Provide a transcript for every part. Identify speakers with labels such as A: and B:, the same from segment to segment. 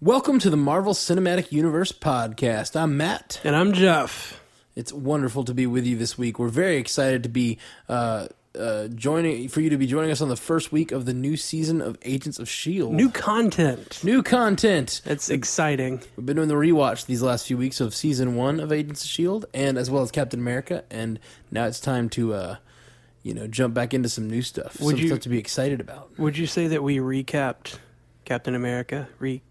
A: Welcome to the Marvel Cinematic Universe podcast. I'm Matt.
B: And I'm Jeff.
A: It's wonderful to be with you this week. We're very excited to be uh, uh, joining for you to be joining us on the first week of the new season of Agents of Shield.
B: New content.
A: E New content.
B: That's exciting.
A: We've been doing the rewatch these last few weeks of season one of Agents of Shield, E and as well as Captain America. And now it's time to, uh, you know, jump back into some new stuff.
B: Would
A: some
B: you-
A: stuff to be excited about.
B: Would you say that we recapped Captain America? Recap?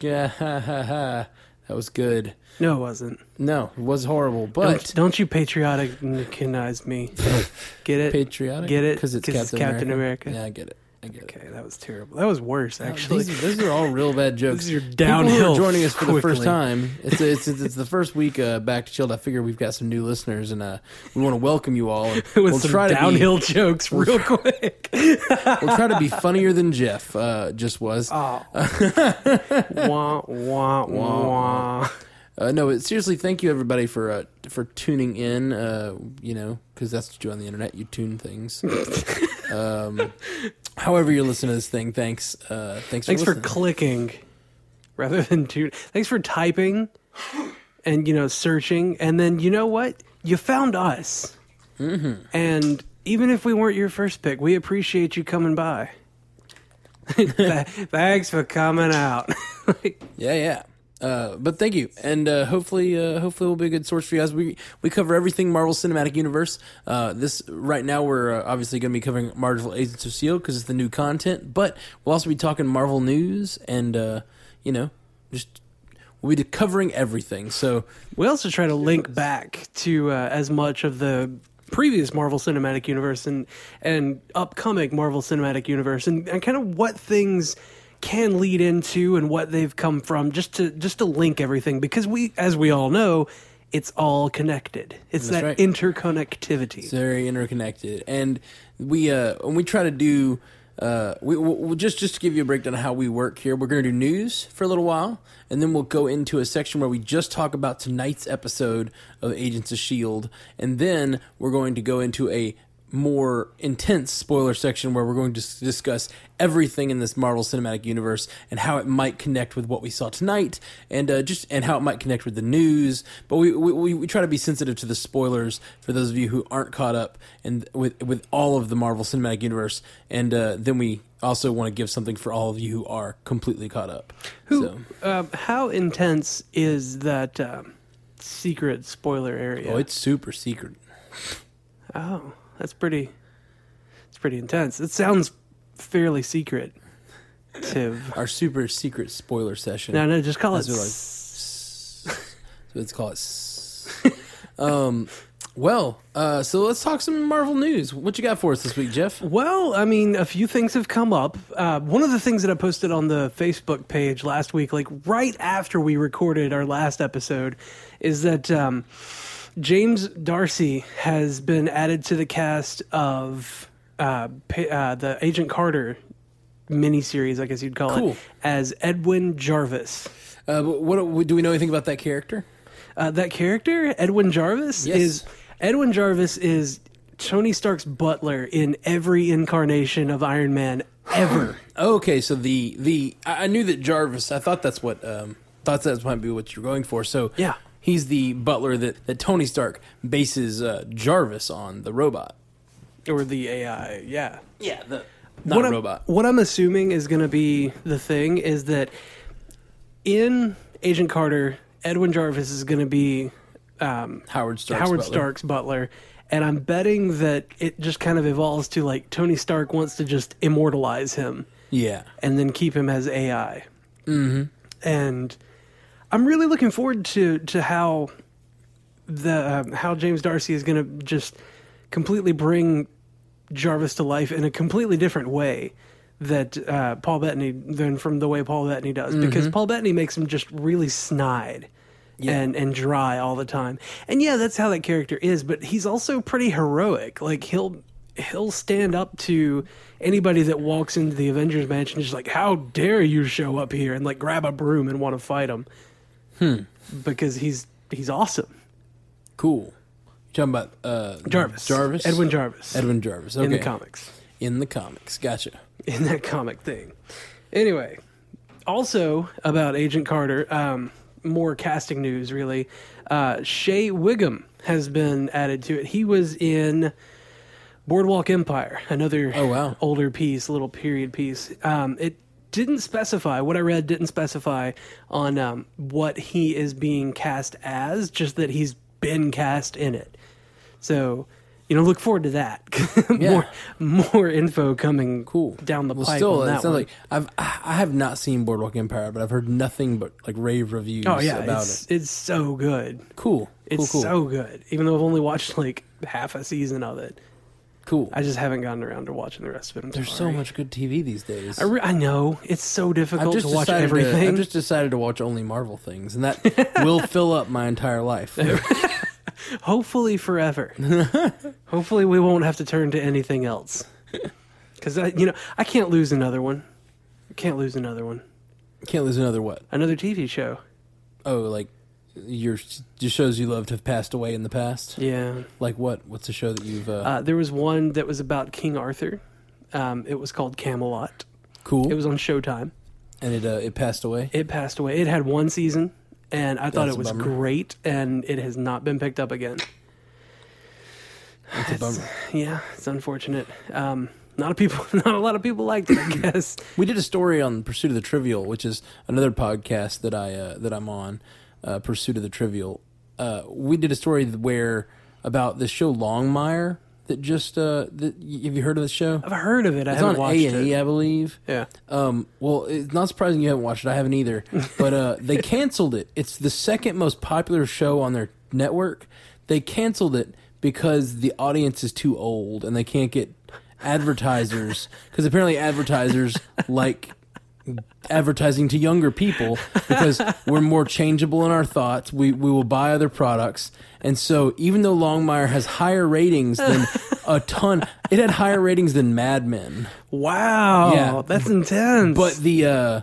A: Yeah, ha, ha, ha. that was good.
B: No, it wasn't.
A: No, it was horrible,
B: Don't-
A: but
B: Don't, you patrioticanize me. Get it?
A: patriotic.
B: Get it?
A: Because it's,
B: 'Cause
A: Captain,
B: it's Captain America.
A: Yeah, I get it. I get it.
B: Okay, that was terrible. That was worse, actually.
A: These, these are all real bad jokes.
B: These are
A: People
B: downhill
A: who are joining us for the first
B: quickly.
A: time. It's, it's, it's, it's the first week uh, back to Chilled. I figure we've got some new listeners, and uh, we want to welcome you all. And
B: With
A: we'll
B: some
A: try
B: downhill jokes, real quick.
A: To be, we'll try to be funnier than Jeff uh, just was.
B: Oh. wah, wah,
A: Wah,
B: wah.
A: Uh, no, but seriously, thank you everybody for uh, for tuning in. Uh, you know, because that's what you do on the internet. You tune things. um, however, you're listening to this thing. Thanks. Uh, thanks.
B: Thanks
A: for
B: for
A: listening.
B: clicking rather than tune. Thanks for typing and you know searching and then you know what? You found us. Mm-hmm. And even if we weren't your first pick, we appreciate you coming by. Th- Thanks for coming out. Like,
A: Yeah, yeah. Uh, but thank you, and uh, hopefully, uh, hopefully, we'll be a good source for you guys. We we cover everything Marvel Cinematic Universe. Uh, this right now, we're uh, obviously going to be covering Marvel Agents of Shield because it's the new content. But we'll also be talking Marvel news, and uh, you know, just we'll be covering everything. So
B: we also try to link back to uh, as much of the previous Marvel Cinematic Universe and and upcoming Marvel Cinematic Universe and, and kind of what things can lead into and what they've come from just to just to link everything because we as we all know it's all connected it's
A: That's
B: that
A: right.
B: interconnectivity
A: It's very interconnected, and we uh, and we try to do. Uh, we we- we'll just just to give you a breakdown of how we work here. We're going to do news for a little while, and then we'll go into a section where we just talk about tonight's episode of Agents of Shield, E and then we're going to go into a more intense spoiler section where we're going to s- discuss everything in this Marvel Cinematic Universe and how it might connect with what we saw tonight, and uh, just and how it might connect with the news. But we, we- we we try to be sensitive to the spoilers for those of you who aren't caught up and with with all of the Marvel Cinematic Universe, and uh, then we also want to give something for all of you who are completely caught up.
B: who
A: So-
B: um, how intense is that um, secret spoiler area
A: Oh, it's super secret.
B: Oh, that's pretty. It's pretty intense. It sounds fairly secret. Tiv.
A: Our super secret spoiler session.
B: No, no, just call it.
A: That's what I-
B: s-
A: Let's call it. s- um, well, uh, so let's talk some Marvel news. What you got for us this week, Jeff?
B: Well, I mean, a few things have come up. Uh, one of the things that I posted on the Facebook page last week, like right after we recorded our last episode, is that um, James Darcy has been added to the cast of uh, pa- uh, the Agent Carter miniseries, I guess you'd call
A: Cool.
B: it, as Edwin Jarvis.
A: Uh, but what do we know anything about that character?
B: Uh, that character, Edwin Jarvis,
A: Yes.
B: is Edwin Jarvis is Tony Stark's butler in every incarnation of Iron Man ever.
A: Okay, so the the I I knew that Jarvis. I thought that's what um, thought that might be what you're going for. So
B: Yeah.
A: he's the butler that that Tony Stark bases uh, Jarvis on, the robot.
B: or the AI, yeah.
A: Yeah, the not a
B: what I'm-
A: robot.
B: What I'm assuming is going to be the thing is that in Agent Carter, Edwin Jarvis is going to be um,
A: Howard Stark.
B: Howard
A: butler.
B: Stark's butler. And I'm betting that it just kind of evolves to like Tony Stark wants to just immortalize him.
A: Yeah.
B: and then keep him as AI. Mm-hmm. And I'm really looking forward to to how the um, how James Darcy is going to just completely bring Jarvis to life in a completely different way that uh, Paul Bettany than from the way Paul Bettany does because Paul Bettany makes him just really snide. And and dry all the time, and yeah, that's how that character is. But he's also pretty heroic. Like he'll he'll stand up to anybody that walks into the Avengers match and just like, how dare you show up here and like grab a broom and want to fight him? Hmm. Because he's he's awesome,
A: Cool. You're talking about uh,
B: Jarvis.
A: Jarvis?
B: Edwin Jarvis
A: Edwin Jarvis. Okay.
B: in the comics.
A: In the comics. Gotcha.
B: in that comic thing. Anyway, also about Agent Carter, um, more casting news really. Uh, Shea Wiggum has been added to it. He was in Boardwalk Empire, another
A: Oh, wow.
B: older piece, little period piece. Um, it didn't specify what I read didn't specify on um, what he is being cast as, just that he's been cast in it. So, you know, look forward to that. more more info coming
A: Cool.
B: down the
A: Well,
B: pipe
A: still,
B: on
A: it
B: that
A: sounds
B: one.
A: like I've I I have not seen Boardwalk Empire, but I've heard nothing but like rave reviews
B: oh yeah,
A: about
B: it's,
A: it.
B: it's so good.
A: Cool.
B: It's
A: cool. Cool.
B: so good. Even though I've only watched like half a season of it,
A: cool.
B: I just haven't gotten around to watching the rest of it. I'm
A: There's so
B: sorry.
A: much good TV these days.
B: I, re- I know it's so difficult to watch
A: decided To,
B: everything.
A: I've just decided to watch only Marvel things, and that will fill up my entire life.
B: Hopefully forever. Hopefully we won't have to turn to anything else. Because I, you know, I can't lose another one. I can't lose another one.
A: Can't lose another what?
B: Another TV show.
A: Oh, like your your shows you loved have passed away in the past.
B: Yeah.
A: Like what? What's a show that you've uh,
B: Uh, there was one that was about King Arthur. Um, it was called Camelot.
A: cool?
B: It was on Showtime.
A: and it uh, it passed away.
B: It passed away. It had one season, and I thought
A: That's
B: it was
A: a bummer.
B: great, and it has not been picked up again.
A: It's a bummer.
B: Yeah, it's unfortunate. Um, not a people, not a lot of people liked it, I guess.
A: We did a story on Pursuit of the Trivial, which is another podcast that I uh, that I'm on. Uh, Pursuit of the Trivial. Uh, we did a story where about the show Longmire that just uh, that, have you heard of the show?
B: I've heard of it. I
A: It's
B: haven't
A: on
B: watched
A: A and
B: it.
A: E, I believe.
B: Yeah.
A: Um, well, it's not surprising you haven't watched it. I haven't either. But uh, they canceled it. It's the second most popular show on their network. They canceled it because the audience is too old and they can't get advertisers. Because apparently, advertisers like advertising to younger people because we're more changeable in our thoughts. We we will buy other products, and so even though Longmire has higher ratings than a ton, it had higher ratings than Mad Men
B: Wow,
A: Yeah.
B: that's intense.
A: but the uh,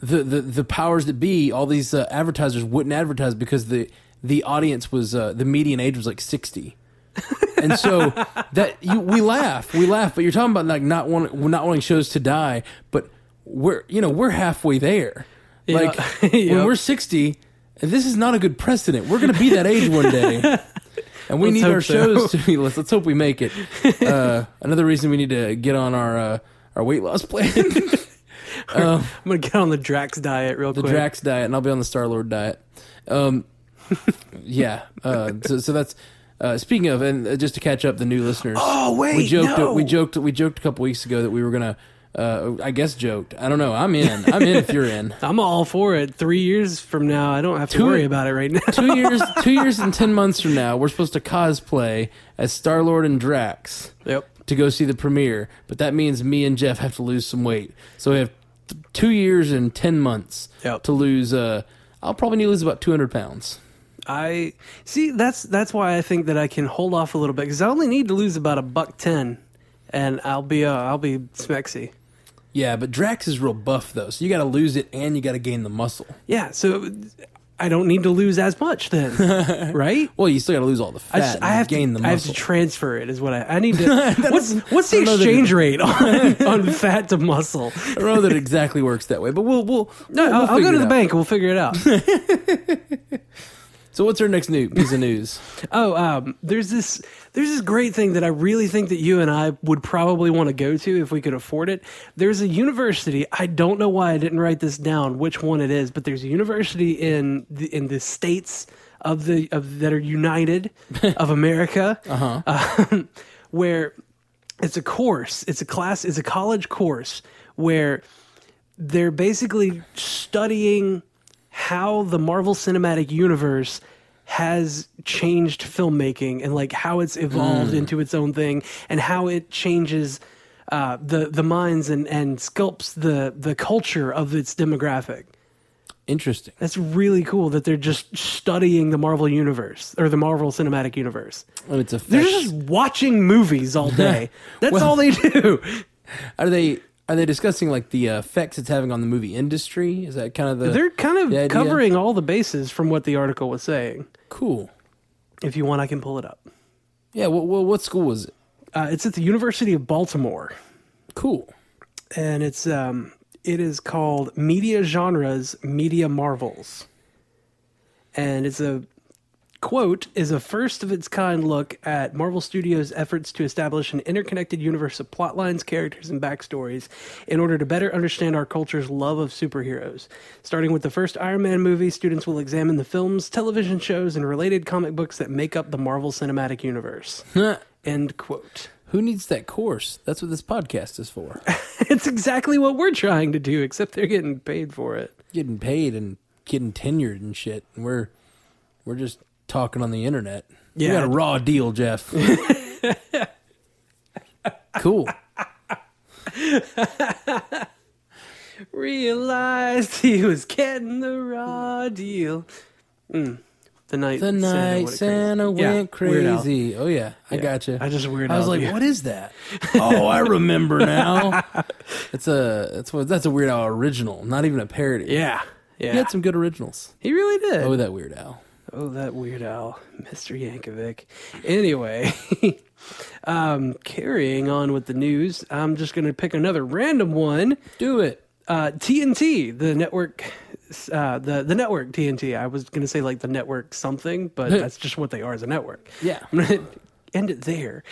A: the, the the powers that be, all these uh, advertisers wouldn't advertise because the the audience was uh, the median age was like sixty, and so that you, we laugh, we laugh. But you're talking about like not wanting not wanting shows to die, but we're you know we're halfway there. Like
B: Yep.
A: when we're sixty, this is not a good precedent. We're going to be that age one day. And we
B: Let's
A: need
B: hope
A: our
B: so.
A: shows to be. Let's, let's hope we make it. Uh, another reason we need to get on our uh, our weight loss plan.
B: I'm gonna get on the Drax diet real
A: um, the
B: quick.
A: Drax diet, and I'll be on the Star Lord diet. Um, yeah. Uh, so, so that's uh, speaking of, and uh, just to catch up the new listeners.
B: Oh, wait,
A: we joked. uh,
B: no.
A: We joked. We joked a couple weeks ago that we were gonna. Uh, I guess joked. I don't know. I'm in. I'm in. if you're in.
B: I'm all for it. Three years from now, I don't have to
A: Two-
B: worry about it right now.
A: Two years. Two years and ten months from now, we're supposed to cosplay as Star Lord and Drax
B: yep.
A: to go see the premiere. But that means me and Jeff have to lose some weight. So we have t- two years and ten months
B: Yep.
A: to lose. Uh, I'll probably need to lose about 200 pounds.
B: I see. That's that's why I think that I can hold off a little bit because I only need to lose about a buck ten, and I'll be uh, I'll be smexy.
A: Yeah, but Drax is real buff though, so you got to lose it and you got to gain the muscle.
B: Yeah, so I don't need to lose as much then, right?
A: Well, you still got to lose all the fat.
B: I, just,
A: and
B: I have
A: gain
B: to,
A: the
B: I have to
A: muscle.
B: transfer it is what I, I need to. what's what's the
A: I don't know that
B: exchange rate on, on fat to muscle?
A: I don't know that it exactly works that way, but we'll we'll
B: No,
A: we'll, we'll
B: I'll, I'll go
A: figure
B: to
A: it
B: the
A: out.
B: bank and we'll figure it out.
A: So what's our next new piece of news?
B: oh, um, there's this there's this great thing that I really think that you and I would probably want to go to if we could afford it. There's a university. I don't know why I didn't write this down, which one it is, but there's a university in the, in the states of the of that are united of America. uh-huh. where it's a course, it's a class, it's a college course where they're basically studying how the Marvel Cinematic Universe has changed filmmaking and like how it's
A: Mm.
B: evolved into its own thing and how it changes uh, the the minds and and sculpts the the culture of its demographic.
A: Interesting.
B: That's really cool that they're just studying the Marvel universe or the Marvel Cinematic Universe.
A: And Oh, it's a
B: They're just watching movies all day. That's all they do.
A: Are they are they discussing like the uh, effects it's having on the movie industry? Is that kind of the
B: They're kind of
A: the idea?
B: covering all the bases from what the article was saying.
A: cool?
B: If you want, I can pull it up.
A: Yeah. What what, what school was it?
B: Uh, it's at the University of Baltimore,
A: Cool.
B: and it's um, it is called Media Genres, Media Marvels, and it's a quote is a first of its kind look at Marvel Studios' efforts to establish an interconnected universe of plotlines, characters, and backstories in order to better understand our culture's love of superheroes. Starting with the first Iron Man movie, students will examine the films, television shows, and related comic books that make up the Marvel Cinematic Universe.
A: Huh.
B: End quote.
A: Who needs that course? That's what this podcast is for.
B: it's exactly what we're trying to do, except they're getting paid for it.
A: getting paid and getting tenured and shit, and we're we're just talking on the internet. Yeah,
B: Yeah.
A: we got a raw deal, Jeff. cool.
B: Realized he was getting the raw deal. Mm. The night,
A: The night Santa went
B: Weird Al.
A: crazy. Oh yeah, I gotcha.
B: I just Weird
A: I was
B: Al'd
A: like,
B: you.
A: what is that? oh, I remember now. It's a that's what that's a Weird Al original, not even a parody.
B: Yeah, yeah.
A: He had some good originals.
B: He really did.
A: Oh,
B: Oh,
A: that Weird Al.
B: that Weird Al, Mr. Yankovic. Anyway, um, carrying on with the news, I'm just going to pick another random one.
A: Do it.
B: uh, TNT, the network, uh, the the network TNT. I was gonna say like the network something, but that's just what they are as a network.
A: Yeah.
B: I'm gonna end it there.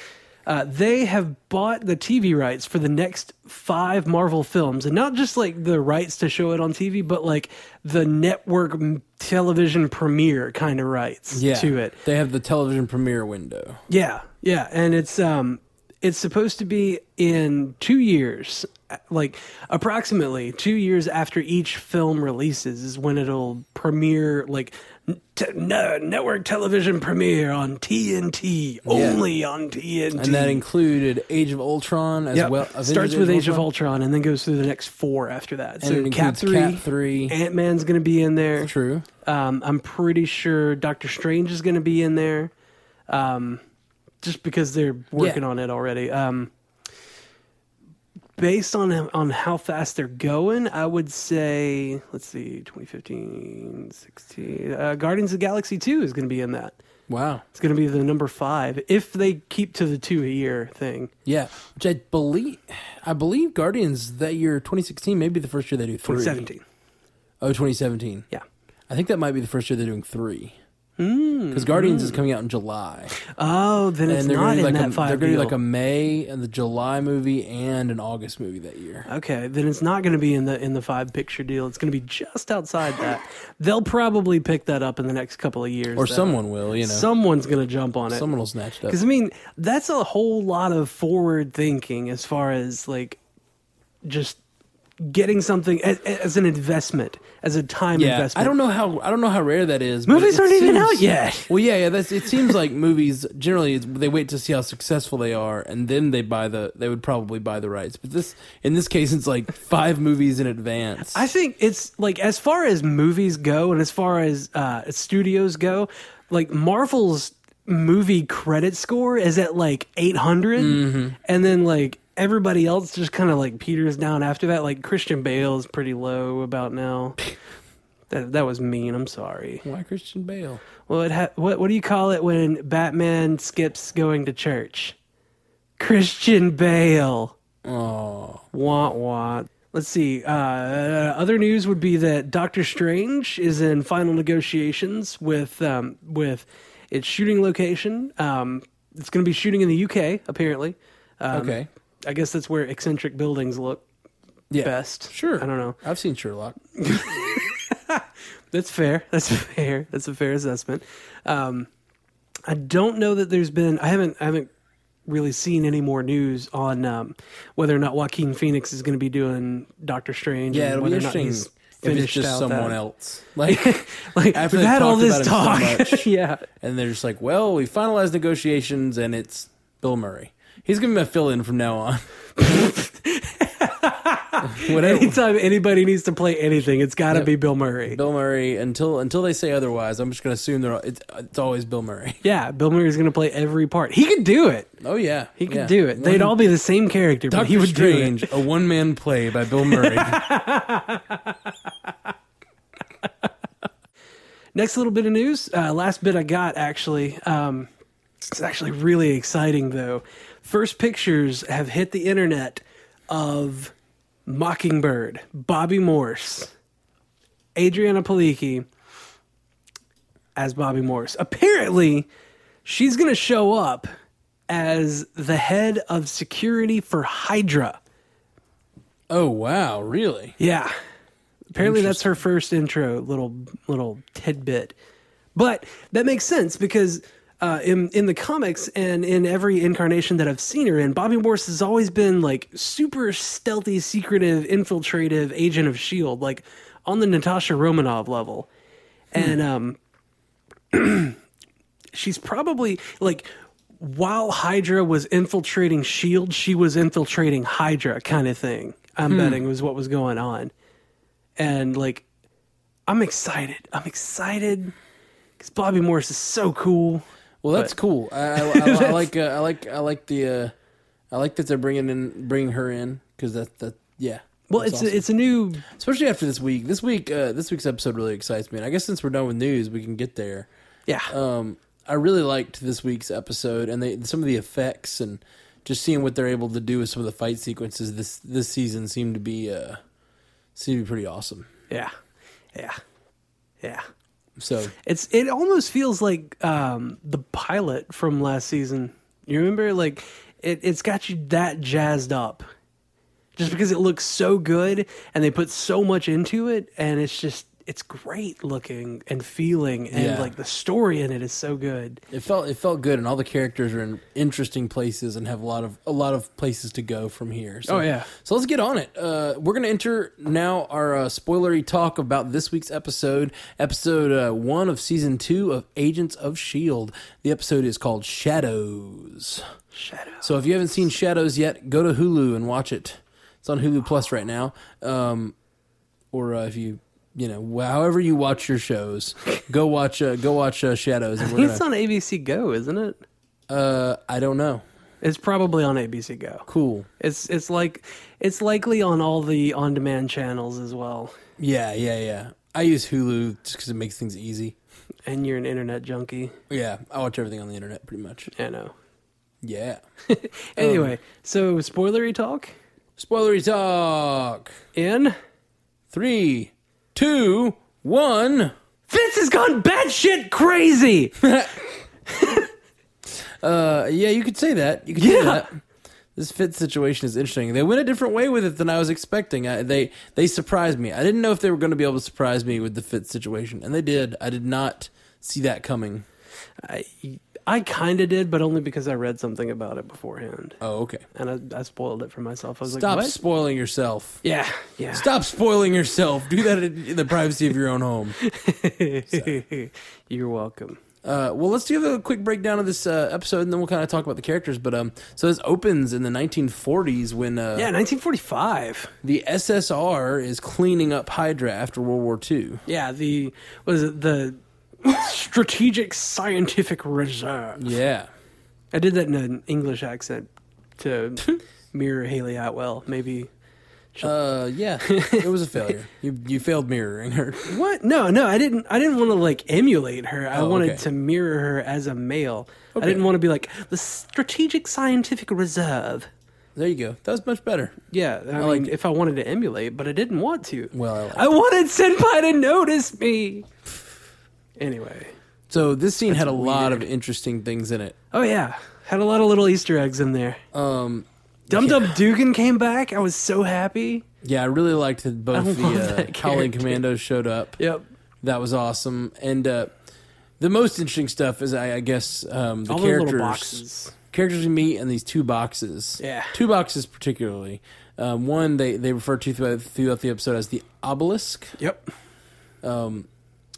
B: Uh, they have bought the TV rights for the next five Marvel films, and not just like the rights to show it on TV, but like the network m- television premiere kind of rights
A: Yeah.
B: to it.
A: They have the television premiere window.
B: Yeah, yeah, and it's um, it's supposed to be in two years, like approximately two years after each film releases is when it'll premiere, like n- te- no, network television premiere on TNT only on TNT.
A: And that included Age of Ultron as
B: Yep.
A: well.
B: starts with Age of Ultron and then goes through the next four after that.
A: And
B: so
A: it
B: Cap
A: includes
B: three,
A: Cap three.
B: Ant Man's going to be in there.
A: True.
B: Um, I'm pretty sure Doctor Strange is going to be in there, um, just because they're working
A: Yeah.
B: on it already. Um, based on on how fast they're going, I would say let's see, 2015, 16. Uh, Guardians of the Galaxy Two is going to be in that.
A: Wow.
B: It's going to be the number five if they keep to the two a year thing.
A: Yeah. Which I believe, I believe Guardians that year, 2016, maybe the first year they do three.
B: 2017,
A: Oh, 2017.
B: yeah.
A: I think that might be the first year they're doing three. Because Guardians is coming out in July,
B: Oh, then it's
A: and they're
B: Hmm. not
A: going to like
B: in that
A: a, they're
B: five.
A: going to
B: deal.
A: like a May and the July movie and an August movie that year.
B: Okay, then it's not going to be in the in the five picture deal. It's going to be just outside that. They'll probably pick that up in the next couple of years,
A: Or
B: though.
A: someone will, you know,
B: Someone's going to jump on it.
A: someone will snatch it up.
B: Because I mean, that's a whole lot of forward thinking as far as like just getting something as, as an investment, as a time
A: Yeah,
B: investment.
A: I don't know how I don't know how rare that is. but
B: Movies
A: it
B: aren't even
A: seems-
B: out yet.
A: Well, yeah, yeah. That's it. Seems like movies generally it's- they wait to see how successful they are, and then they buy the they would probably buy the rights. But this in this case, it's like five movies in advance.
B: I think it's like as far as movies go and as far as uh, studios go, like Marvel's movie credit score is at like 800 and then like everybody else just kind of like peters down after that like Christian Bale is pretty low about now. That, that was mean. I'm sorry.
A: Why Christian Bale?
B: Well, it ha- what what do you call it when Batman skips going to church? Christian Bale.
A: Oh,
B: Wah wah. Let's see. Uh, other news would be that Doctor Strange is in final negotiations with um, with its shooting location. Um, it's going to be shooting in the UK, apparently. Um,
A: okay.
B: I guess that's where eccentric buildings look
A: Yeah,
B: best.
A: Sure.
B: I don't know.
A: I've seen Sherlock.
B: That's fair. That's fair. That's a fair assessment. Um, I don't know that there's been. I haven't. I haven't really seen any more news on um, whether or not Joaquin Phoenix is going to be doing Doctor Strange.
A: Yeah,
B: and
A: it'll be
B: whether or not
A: interesting
B: he's
A: if it's
B: finished
A: just
B: out
A: someone
B: that.
A: else. Like,
B: Like
A: After
B: we've
A: they've
B: had all
A: talked about
B: this talk.
A: him so much.
B: yeah.
A: and they're just like, well, we finalized negotiations, and it's Bill Murray. He's gonna be my fill-in from now on. Whatever.
B: Anytime anybody needs to play anything, it's got to
A: Yep.
B: be Bill Murray.
A: Bill Murray until until they say otherwise. I'm just going to assume they're it's, it's always Bill Murray.
B: Yeah, Bill Murray's going to play every part. He could do it.
A: Oh yeah,
B: He could do it. They'd all be the same character, but
A: Doctor
B: he would
A: Strange,
B: do
A: a one man play by Bill Murray.
B: it. Next little bit of news. Uh, last bit I got actually. Um, it's actually really exciting though. First pictures have hit the internet of Mockingbird, Bobby Morse, Adriana Palicki as Bobby Morse. Apparently, she's going to show up as the head of security for Hydra.
A: oh wow, really?
B: Yeah. Apparently that's her first intro little little tidbit. But that makes sense because uh, in in the comics and in every incarnation that I've seen her in, Bobby Morse has always been like super stealthy, secretive, infiltrative agent of Shield, E like on the Natasha Romanov level. And um she's probably like while Hydra was infiltrating Shield, E she was infiltrating Hydra kind of thing. I'm betting was what was going on. And like I'm excited. I'm excited cuz Bobby Morris is so cool.
A: Well, that's cool. I, I, I, I like uh, I like I like the uh, I like that they're bringing in bringing her in because that that yeah.
B: Well,
A: that's
B: it's
A: awesome.
B: a, it's a new
A: especially after this week. This week, uh, this week's episode really excites me. And I guess since we're done with news, we can get there.
B: yeah.
A: Um, I really liked this week's episode and they, some of the effects and just seeing what they're able to do with some of the fight sequences this this season seemed to be uh, seemed to be pretty awesome.
B: yeah. Yeah. Yeah.
A: So
B: It's it almost feels like um, the pilot from last season. You remember, like it, it's got you that jazzed up, just because it looks so good and they put so much into it, and it's just it's great looking and feeling, and
A: Yeah.
B: like the story in it is so good.
A: it felt it felt good, and all the characters are in interesting places and have a lot of a lot of places to go from here. So,
B: Oh, yeah.
A: So let's get on it. Uh, we're gonna enter now our uh, spoilery talk about this week's episode, episode uh, one of season two of Agents of Shield. E The episode is called Shadows.
B: Shadows.
A: So if you haven't seen Shadows yet, go to Hulu and watch it. It's on Hulu Plus right now. Um, or uh, if you, you know, however you watch your shows, go watch uh, go watch uh, Shadows. And we're
B: It's
A: gonna,
B: on ABC Go, isn't it?
A: uh, I don't know.
B: It's probably on ABC Go.
A: Cool.
B: It's it's like it's likely on all the on demand channels as well.
A: Yeah, yeah, yeah. I use Hulu just because it makes things easy.
B: And you're an internet junkie,
A: Yeah, I watch everything on the internet pretty much.
B: I know.
A: Yeah. Oh.
B: Anyway, so spoilery talk
A: Spoilery talk.
B: in
A: Three, two, one.
B: Vince has gone batshit crazy.
A: Uh, yeah, you could say that. You could
B: Yeah.
A: say that. This fit situation is interesting. They went a different way with it than I was expecting. I, they they surprised me. I didn't know if they were going to be able to surprise me with the fit situation, and they did. I did not see that coming.
B: I, I kind of did, but only because I read something about it beforehand,
A: Oh, okay.
B: and I, I spoiled it for myself. I was
A: Stop
B: like, "What?"
A: spoiling yourself.
B: Yeah, yeah.
A: Stop spoiling yourself. Do that in in the privacy of your own home.
B: You're welcome.
A: Uh, well, let's do a quick breakdown of this uh, episode, and then we'll kind of talk about the characters. But um, so this opens in the 1940s when uh,
B: Yeah, 1945.
A: the SSR is cleaning up Hydra after World War II.
B: Yeah, the was it the Strategic Scientific Reserve.
A: Yeah.
B: I did that in an English accent to mirror Haley Atwell. Maybe
A: Uh, yeah, it was a failure. You you failed mirroring her.
B: What? No, no, I didn't. I didn't want to like emulate her. I wanted
A: Oh, okay.
B: to mirror her as a male.
A: Okay.
B: I didn't want to be like the strategic scientific reserve.
A: There you go. That was much better.
B: Yeah, I,
A: like
B: mean, if I wanted to emulate, but I didn't want to.
A: Well, I liked
B: I wanted senpai to notice me. Anyway,
A: So this scene had a lot of interesting things in it.
B: oh yeah, had a lot of little Easter eggs in there.
A: Um,
B: Dum Dum Dugan came back. I was so happy.
A: yeah, I really liked that both the
B: love
A: uh,
B: that
A: Howling
B: character.
A: Commandos showed up.
B: Yep.
A: That was awesome. And uh, the most interesting stuff is, I, I guess, um, the
B: All the
A: characters.
B: little boxes.
A: characters we meet in these two boxes.
B: Yeah.
A: Two boxes particularly. Um, one they, they refer to throughout, throughout the episode as the obelisk,
B: Yep.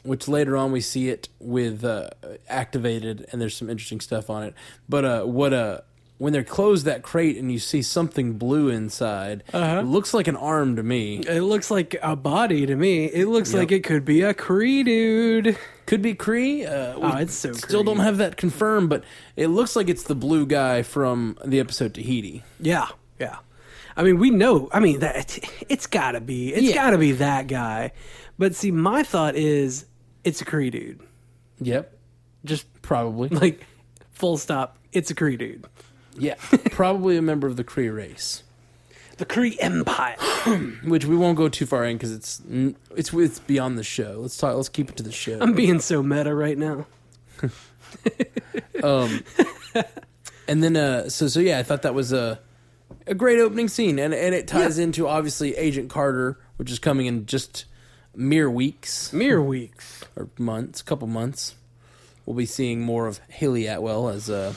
A: which later on we see it with uh, activated, and there's some interesting stuff on it. But uh, what uh, when they close that crate and you see something blue inside,
B: Uh-huh.
A: it looks like an arm to me.
B: It looks like a body to me. It looks like it could be a Cree dude.
A: Could be Cree. Uh, we
B: Oh, it's so
A: still don't have that confirmed, but it looks like it's the blue guy from the episode Tahiti.
B: Yeah, yeah. I mean, we know. I mean, that it's got to be. It's
A: Yeah.
B: got to be that guy. But see, my thought is, it's a Cree dude.
A: Yep,
B: Just
A: probably.
B: like full stop. It's a Cree dude.
A: Yeah, probably a member of the Cree race,
B: The Cree Empire.
A: which we won't go too far in because it's n- it's it's beyond the show. Let's talk. Let's keep it to the show.
B: I'm being so meta right now.
A: And then uh so so yeah, I thought that was a a great opening scene and and it ties into obviously Agent Carter, which is coming in just mere weeks
B: Mere weeks.
A: or months, couple months. We'll be seeing more of Haley Atwell as uh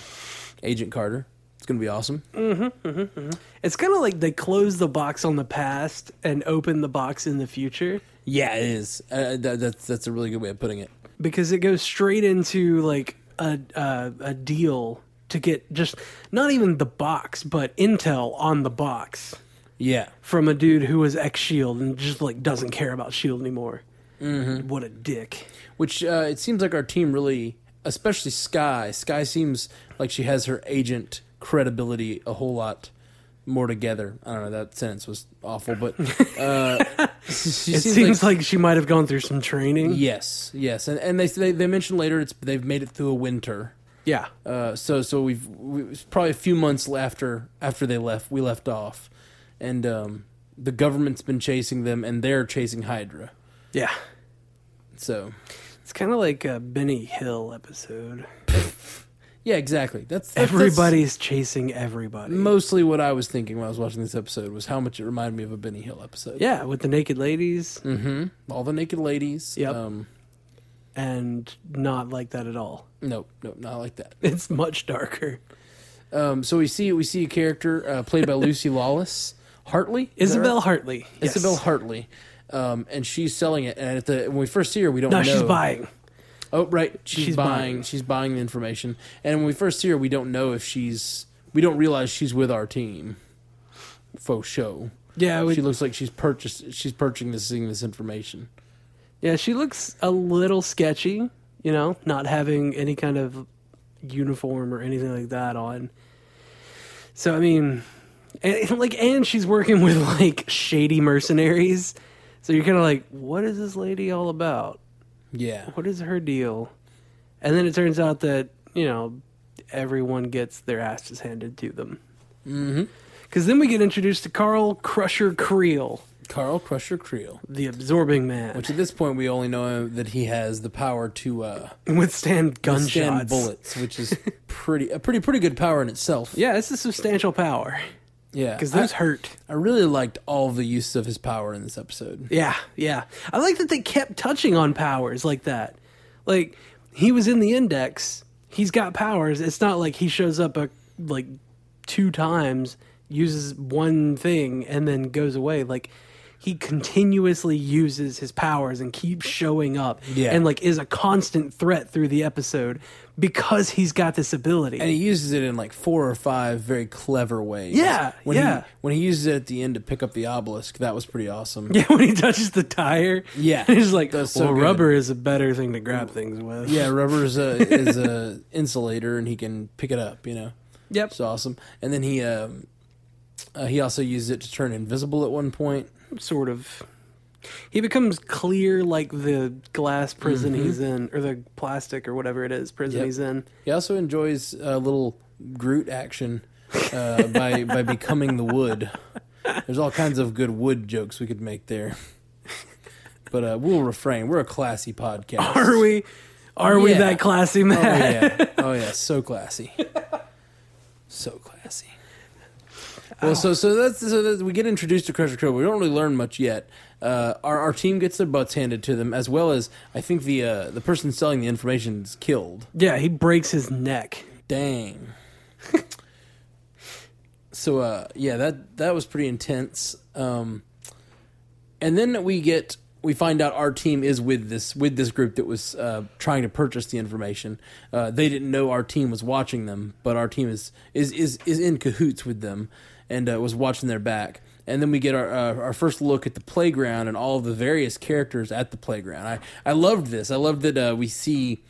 A: Agent Carter. It's going to be awesome.
B: It's kind of like they close the box on the past and open the box in the future
A: Yeah, it is. Uh, that, that's that's a really good way of putting it.
B: because it goes straight into like a uh, a deal to get just not even the box but intel on the box
A: Yeah.
B: from a dude who was ex Shield E and just like doesn't care about Shield E anymore. What a dick.
A: Which uh it seems like our team really especially Sky. Sky seems like she has her agent credibility a whole lot more together. I don't know, that sentence was awful, but uh she
B: It seems, like, she might have gone through some training.
A: Yes, yes, and and they they, they mentioned later it's they've made it through a winter.
B: yeah.
A: Uh, so so we've we, it's probably a few months after after they left we left off, and um, the government's been chasing them and they're chasing Hydra.
B: Yeah.
A: So
B: It's kind of like a Benny Hill episode.
A: yeah, exactly. That's, that's
B: Everybody's chasing everybody.
A: that's mostly what I was thinking when I was watching this episode was how much it reminded me of a Benny Hill episode.
B: yeah, with the naked ladies
A: hmm all the naked ladies.
B: Yep.
A: Um,
B: and not like that at all.
A: nope, nope, not like that.
B: It's much darker.
A: Um, so we see we see a character uh, played by Lucy Lawless Hartley. Is that right?
B: Isabel Hartley. Yes.
A: Isabel Hartley, um, and she's selling it. And at the when we first see her, we don't
B: No,
A: know.
B: she's buying.
A: Oh, right, she's,
B: She's
A: buying.
B: buying.
A: She's buying the information. And when we first see her, we don't know if she's. We don't realize she's with our team. Faux show.
B: Yeah, we-
A: she looks like she's purchased. She's purchasing this information.
B: Yeah, she looks a little sketchy, you know, not having any kind of uniform or anything like that on. So I mean, and, like, and she's working with like shady mercenaries. So you're kind of like, what is this lady all about?
A: Yeah,
B: What is her deal? And then it turns out that you know everyone gets their asses handed to them. Because then we get introduced to Carl Crusher Creel,
A: Carl Crusher Creel.
B: the absorbing man,
A: Which at this point we only know that he has the power to uh,
B: withstand gunshots.
A: withstand bullets, which is pretty a pretty pretty good power in itself.
B: Yeah, it's a substantial power
A: Yeah,
B: because
A: I-
B: those hurt.
A: I really liked all the use of his power in this episode.
B: Yeah, yeah. I like that they kept touching on powers like that. Like he was in the index. He's got powers. It's not like he shows up a, like two times, uses one thing, and then goes away. Like he continuously uses his powers and keeps showing up.
A: Yeah.
B: and like is a constant threat through the episode because he's got this ability.
A: And he uses it in like four or five very clever ways.
B: Yeah,
A: when
B: yeah.
A: He, when he uses it at the end to pick up the obelisk, that was pretty awesome.
B: Yeah, when he touches the tire.
A: Yeah.
B: He's like,
A: That's so
B: well,
A: good.
B: rubber is a better thing to grab things with.
A: Yeah, rubber is a is a insulator, and he can pick it up. You know,
B: Yep.
A: it's awesome. And then he um, uh, he also uses it to turn invisible at one point.
B: Sort of. He becomes clear like the glass prison he's in, or the plastic or whatever it is prison
A: Mm-hmm. Yep.
B: he's in.
A: He also enjoys uh, little Groot action uh, by by becoming the wood. There's all kinds of good wood jokes we could make there, but uh, we'll refrain. We're a classy podcast.
B: Are we? Are we
A: Yeah.
B: that classy,
A: Oh
B: man?
A: yeah. Oh yeah. So classy. So classy. Well, so so that's so that we get introduced to Crusher Crow. We don't really learn much yet. Uh, our our team gets their butts handed to them, as well as I think the uh, the person selling the information is killed.
B: Yeah, he breaks his neck.
A: Dang. so uh, yeah, that that was pretty intense. Um, and then we get we find out our team is with this with this group that was uh, trying to purchase the information. Uh, they didn't know our team was watching them, but our team is is is, is in cahoots with them and uh, was watching their back. And then we get our uh, our first look at the playground and all of the various characters at the playground. I I loved this. I loved that uh, we see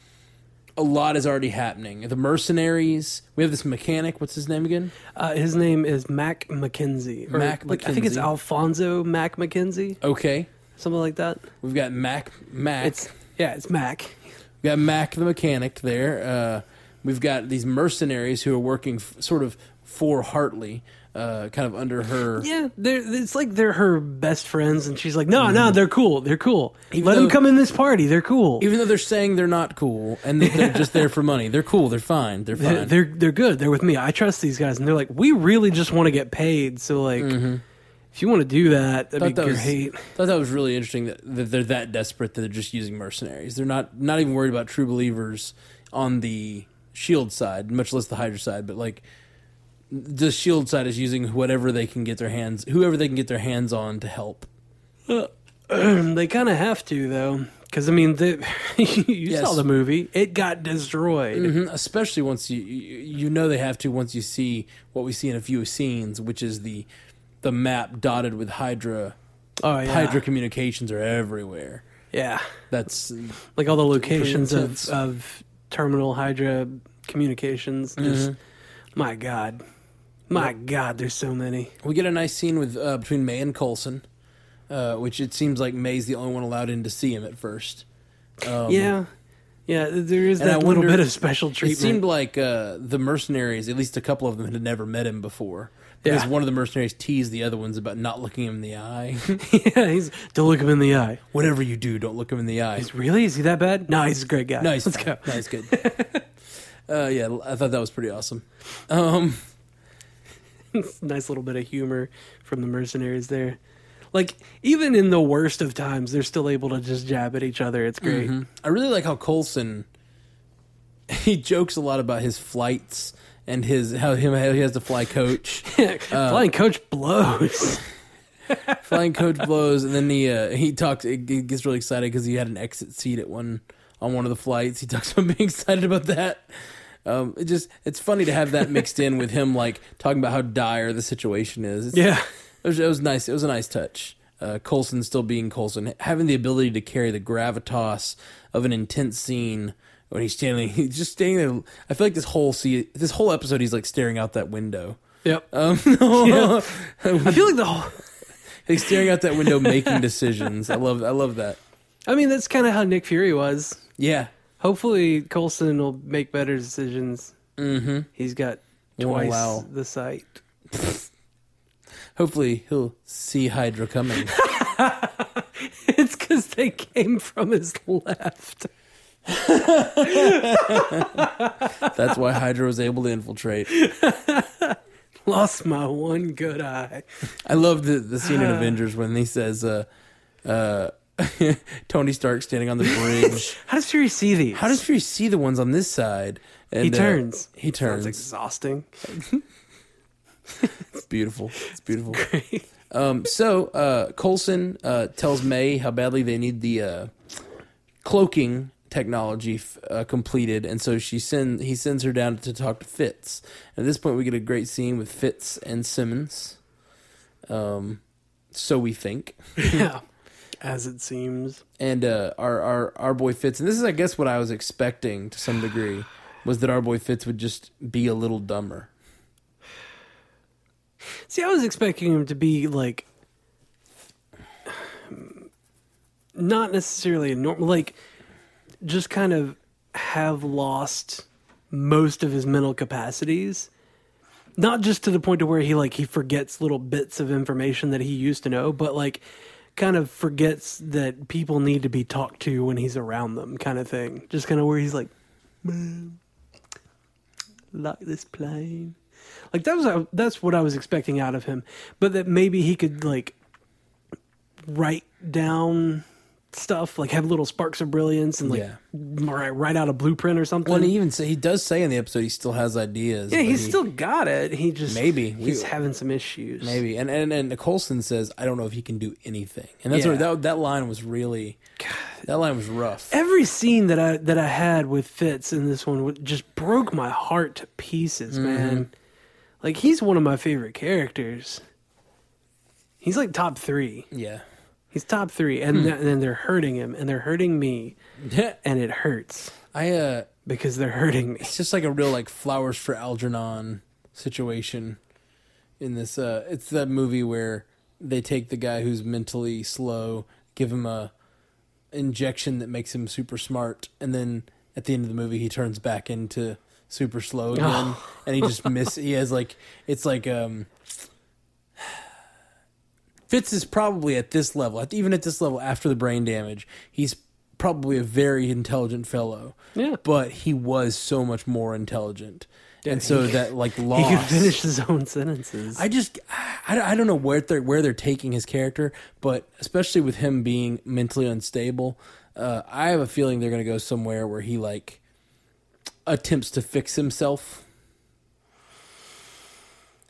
A: a lot is already happening. The mercenaries. We have this mechanic. What's his name again?
B: Uh, his name is Mac McKenzie. or,
A: Mac
B: like, I think it's
A: McKenzie.
B: Alfonso Mac McKenzie,
A: Okay,
B: something like that.
A: we've got Mac. Mac.
B: It's yeah, it's Mac.
A: We got Mac the mechanic there. Uh, we've got these mercenaries who are working f- sort of for Hartley, uh, kind of under her.
B: Yeah, they're, it's like they're her best friends, and she's like, no, no, they're cool, they're cool.
A: Mm. Even
B: Let them
A: though-
B: come in this party, they're cool.
A: Even though they're saying they're not cool and that they're just there for money, they're cool. They're fine. They're fine.
B: they're, they're they're good. They're with me. I trust these guys, and they're like, we really just want to get paid. So like, if you want to do that, that'd be
A: Mm-hmm. thought that was-
B: great.
A: thought that was really interesting that, that they're that desperate that they're just using mercenaries. They're not not even worried about true believers on the shield side, much less the Hydra side. But like the shield side is using whatever they can get their hands, whoever they can get their hands on to help.
B: they kind of have to though, because I mean, the, you saw the movie; it got destroyed.
A: Mhm, Especially once you you you know they have to once you see what we see in a few scenes, which is the the map dotted with Hydra.
B: Oh yeah,
A: Hydra communications are everywhere.
B: yeah,
A: That's
B: like all the locations
A: intense.
B: of of terminal Hydra communications. Just
A: Mm-hmm.
B: my god, my god, there's so many.
A: We get a nice scene with uh, between May and Colson, uh, which it seems like May's the only one allowed in to see him at first.
B: yeah, yeah, there is
A: and I
B: that little
A: wonder-
B: bit of special
A: It
B: treatment.
A: seemed like uh, the mercenaries, at least a couple of them, had never met him before. Because
B: Yeah.
A: one of the mercenaries teased the other ones about not looking him in the eye.
B: yeah, he's don't look him in the eye.
A: Whatever you do, don't look him in the eye.
B: He's really? Is he that bad? No, he's a great guy.
A: Nice.
B: Let's go.
A: No, he's good. uh, yeah, I thought that was pretty awesome. Um,
B: nice little bit of humor from the mercenaries there. Like even in the worst of times, they're still able to just jab at each other. It's great.
A: I really like how Colson he jokes a lot about his flights and his how him how he has to fly coach.
B: Flying coach blows.
A: flying coach blows, and then he uh, he talks. He gets really excited because he had an exit seat at one on one of the flights. He talks about being excited about that. Um, it just it's funny to have that mixed in with him like talking about how dire the situation is. It's-
B: yeah,
A: it was, it was nice. It was a nice touch. Uh, Colson still being Colson, having the ability to carry the gravitas of an intense scene when he's standing, he's just standing there. I feel like this whole see this whole episode, he's like staring out that window.
B: yep.
A: Um,
B: I feel like the whole.
A: He's staring out that window, making decisions. I love, I love that.
B: I mean, that's kind of how Nick Fury was.
A: Yeah,
B: Hopefully, Colson will make better decisions. Mm-hmm. He's got
A: Won't
B: twice
A: allow-
B: the sight.
A: hopefully he'll see Hydra coming.
B: It's because they came from his left.
A: That's why Hydra was able to infiltrate.
B: Lost my one good eye.
A: I love the the scene in Avengers when he says, uh, uh, Tony Stark standing on the bridge.
B: How does Fury see these?
A: How does Fury see the ones on this side? And,
B: he
A: uh,
B: turns?
A: he turns.
B: Sounds exhausting.
A: It's beautiful. It's beautiful. Um, so uh, Colson uh, tells May how badly they need the uh, cloaking technology f- uh, completed, and so she send he sends her down to talk to Fitz. At this point, we get a great scene with Fitz and Simmons. Um, so we think,
B: yeah, as it seems.
A: and uh, our our our boy Fitz, and this is I guess what I was expecting to some degree was that our boy Fitz would just be a little dumber.
B: See, I was expecting him to be like not necessarily a normal, like just kind of have lost most of his mental capacities. Not just to the point to where he like he forgets little bits of information that he used to know, but like kind of forgets that people need to be talked to when he's around them, kind of thing. Just kind of where he's like, "Man, like this plane. Like that was uh, that's what I was expecting out of him, but that maybe he could like write down stuff, like have little sparks of brilliance and like
A: Yeah.
B: write, write out a blueprint or something.
A: Well, and he even say, he does say in the episode he still has ideas.
B: yeah,
A: but
B: he's
A: he-
B: still got it. He just
A: Maybe.
B: he's
A: We-
B: having some issues.
A: maybe. And and and Nicholson says, I don't know if he can do anything, and that's
B: Yeah. Eh.
A: what, that that line was really, that line was rough.
B: every scene that I that I had with Fitz in this one would- just broke my heart to pieces,
A: Mm-hmm.
B: man. Like he's one of my favorite characters. He's like top three.
A: yeah.
B: He's top three,
A: Hmm.
B: and th- and they're hurting him, and they're hurting me, and it hurts
A: I uh,
B: because they're hurting me.
A: it's just like a real like flowers for Algernon situation in this uh it's that movie where they take the guy who's mentally slow, give him a injection that makes him super smart and then at the end of the movie he turns back into super slow again and he just miss he has like it's like um Fitz is probably at this level, at, even at this level after the brain damage, he's probably a very intelligent fellow.
B: Yeah.
A: But he was so much more intelligent. and so that like
B: He could
A: loss.
B: finish his own sentences.
A: I just I, I don't know where they're where they're taking his character, but especially with him being mentally unstable, uh, I have a feeling they're going to go somewhere where he like attempts to fix himself.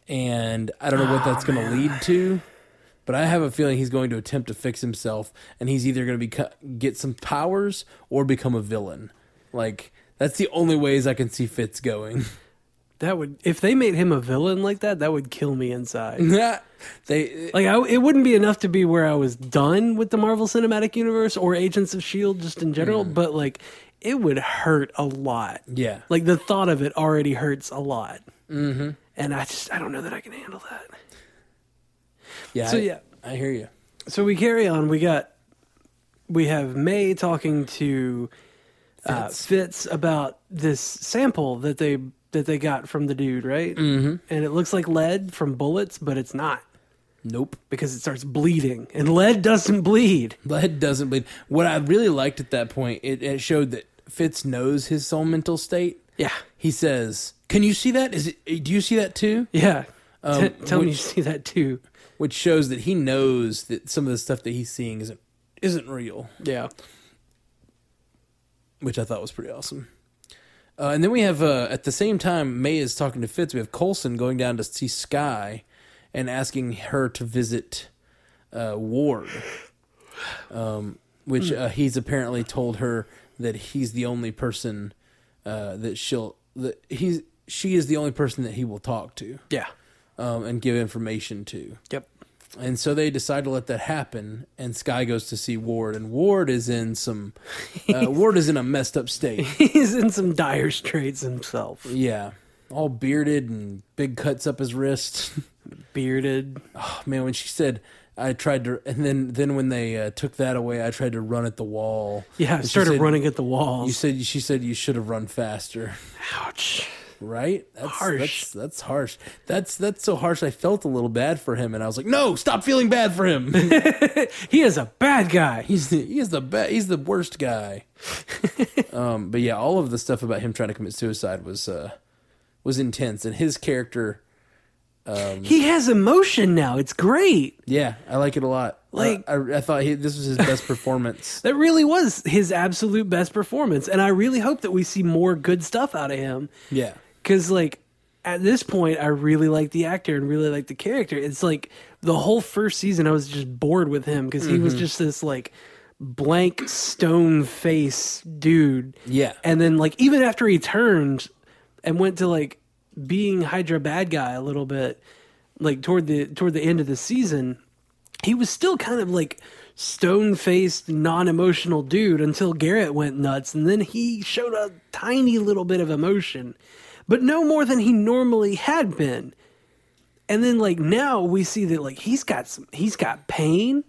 A: And I don't know what that's going to lead to, but I have a feeling he's going to attempt to fix himself, and he's either going to be get some powers or become a villain. Like that's the only ways I can see Fitz going.
B: that would if they made him a villain like that, that would kill me inside.
A: they
B: Like I, it wouldn't be enough to be where I was done with the Marvel Cinematic Universe or Agents of Shield E just in general, but like it would hurt a lot.
A: yeah.
B: Like the thought of it already hurts a lot. Mm-hmm. And I just I don't know that I can handle that.
A: Yeah.
B: So,
A: I-
B: yeah.
A: I hear you.
B: So we carry on. We got we have May talking to uh,
A: Fitz.
B: Fitz about this sample that they that they got from the dude, right? Mm-hmm. And it looks like lead from bullets, but it's not
A: Nope.
B: because it starts bleeding, and lead doesn't bleed.
A: Lead doesn't bleed. What I really liked at that point, it, it showed that Fitz knows his own mental state.
B: Yeah.
A: He says, "Can you see that? Is it? eh, Do you see that too?"
B: Yeah.
A: Um,
B: T- tell me you
A: which-
B: see that too.
A: Which shows that he knows that some of the stuff that he's seeing isn't isn't real.
B: Yeah.
A: which I thought was pretty awesome. Uh, and then we have uh, at the same time May is talking to Fitz. We have Colson going down to see Sky and asking her to visit uh, Ward, um, which uh, he's apparently told her that he's the only person uh, that she'll that he's she is the only person that he will talk to
B: Yeah.
A: um, and give information to.
B: Yep.
A: And so they decide to let that happen, and Sky goes to see Ward, and Ward is in some uh, Ward is in a messed up state.
B: He's in some dire straits himself.
A: Yeah, all bearded and big cuts up his wrist.
B: Bearded.
A: oh, man, when she said, "I tried to," and then then when they uh, took that away, I tried to run at the wall.
B: Yeah.
A: And she
B: started
A: said-
B: running at the
A: You
B: walls.
A: said she said you should have run faster,
B: Ouch.
A: right? That's,
B: Harsh.
A: That's, that's harsh. That's that's so harsh. I felt a little bad for him, and I was like, "No, stop feeling bad for him."
B: He is a bad guy.
A: He's the, he's the best. He's the worst guy. um, but yeah, all of the stuff about him trying to commit suicide was uh, was intense, and his character.
B: He has emotion now. It's great.
A: Yeah, I like it a lot. Uh,
B: Like-
A: I, I, I thought he, this was his best performance.
B: That really was his absolute best performance. And I really hope that we see more good stuff out of him.
A: Yeah,
B: Because, like, at this point, I really like the actor and really like the character. It's like the whole first season, I was just bored with him because he was just this, like, blank stone face dude.
A: Yeah.
B: And then, like, even after he turned and went to, like, being Hydra bad guy a little bit, like, toward the toward the end of the season, he was still kind of like stone faced, non emotional dude until Garrett went nuts, and then he showed a tiny little bit of emotion, but no more than he normally had been. And then like now we see that like he's got some he's got pain.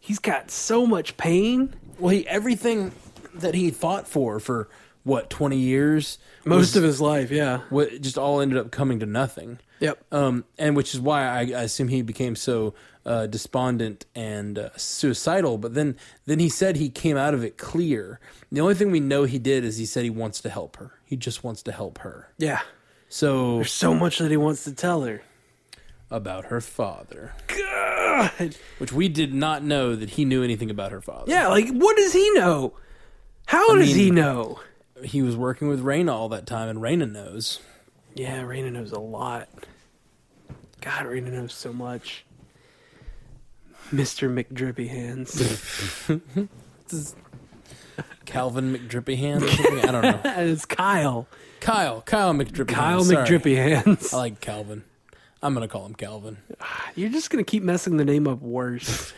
B: He's got so much pain.
A: well, he everything that he fought for for what twenty years,
B: Most of his life, yeah.
A: what just all ended up coming to nothing.
B: Yep.
A: Um, and which is why I, I assume he became so uh, despondent and uh, suicidal. But then, then he said he came out of it clear. The only thing we know he did is he said he wants to help her. He just wants to help her.
B: Yeah.
A: So
B: There's so much that he wants to tell her.
A: about her father.
B: God.
A: which we did not know that he knew anything about her father.
B: Yeah, like what does he know? How does he
A: mean-
B: know?
A: He was working with Raina all that time, and Raina knows.
B: Yeah, Raina knows a lot. God, Raina knows so much. Mr. McDrippy Hands.
A: Calvin McDrippy Hand. or something? I don't know.
B: it's Kyle.
A: Kyle. Kyle McDrippy.
B: Kyle
A: Hand, sorry. Oh.
B: McDrippy Hands.
A: I like Calvin. I'm gonna call him Calvin.
B: You're just gonna keep messing the name up worse.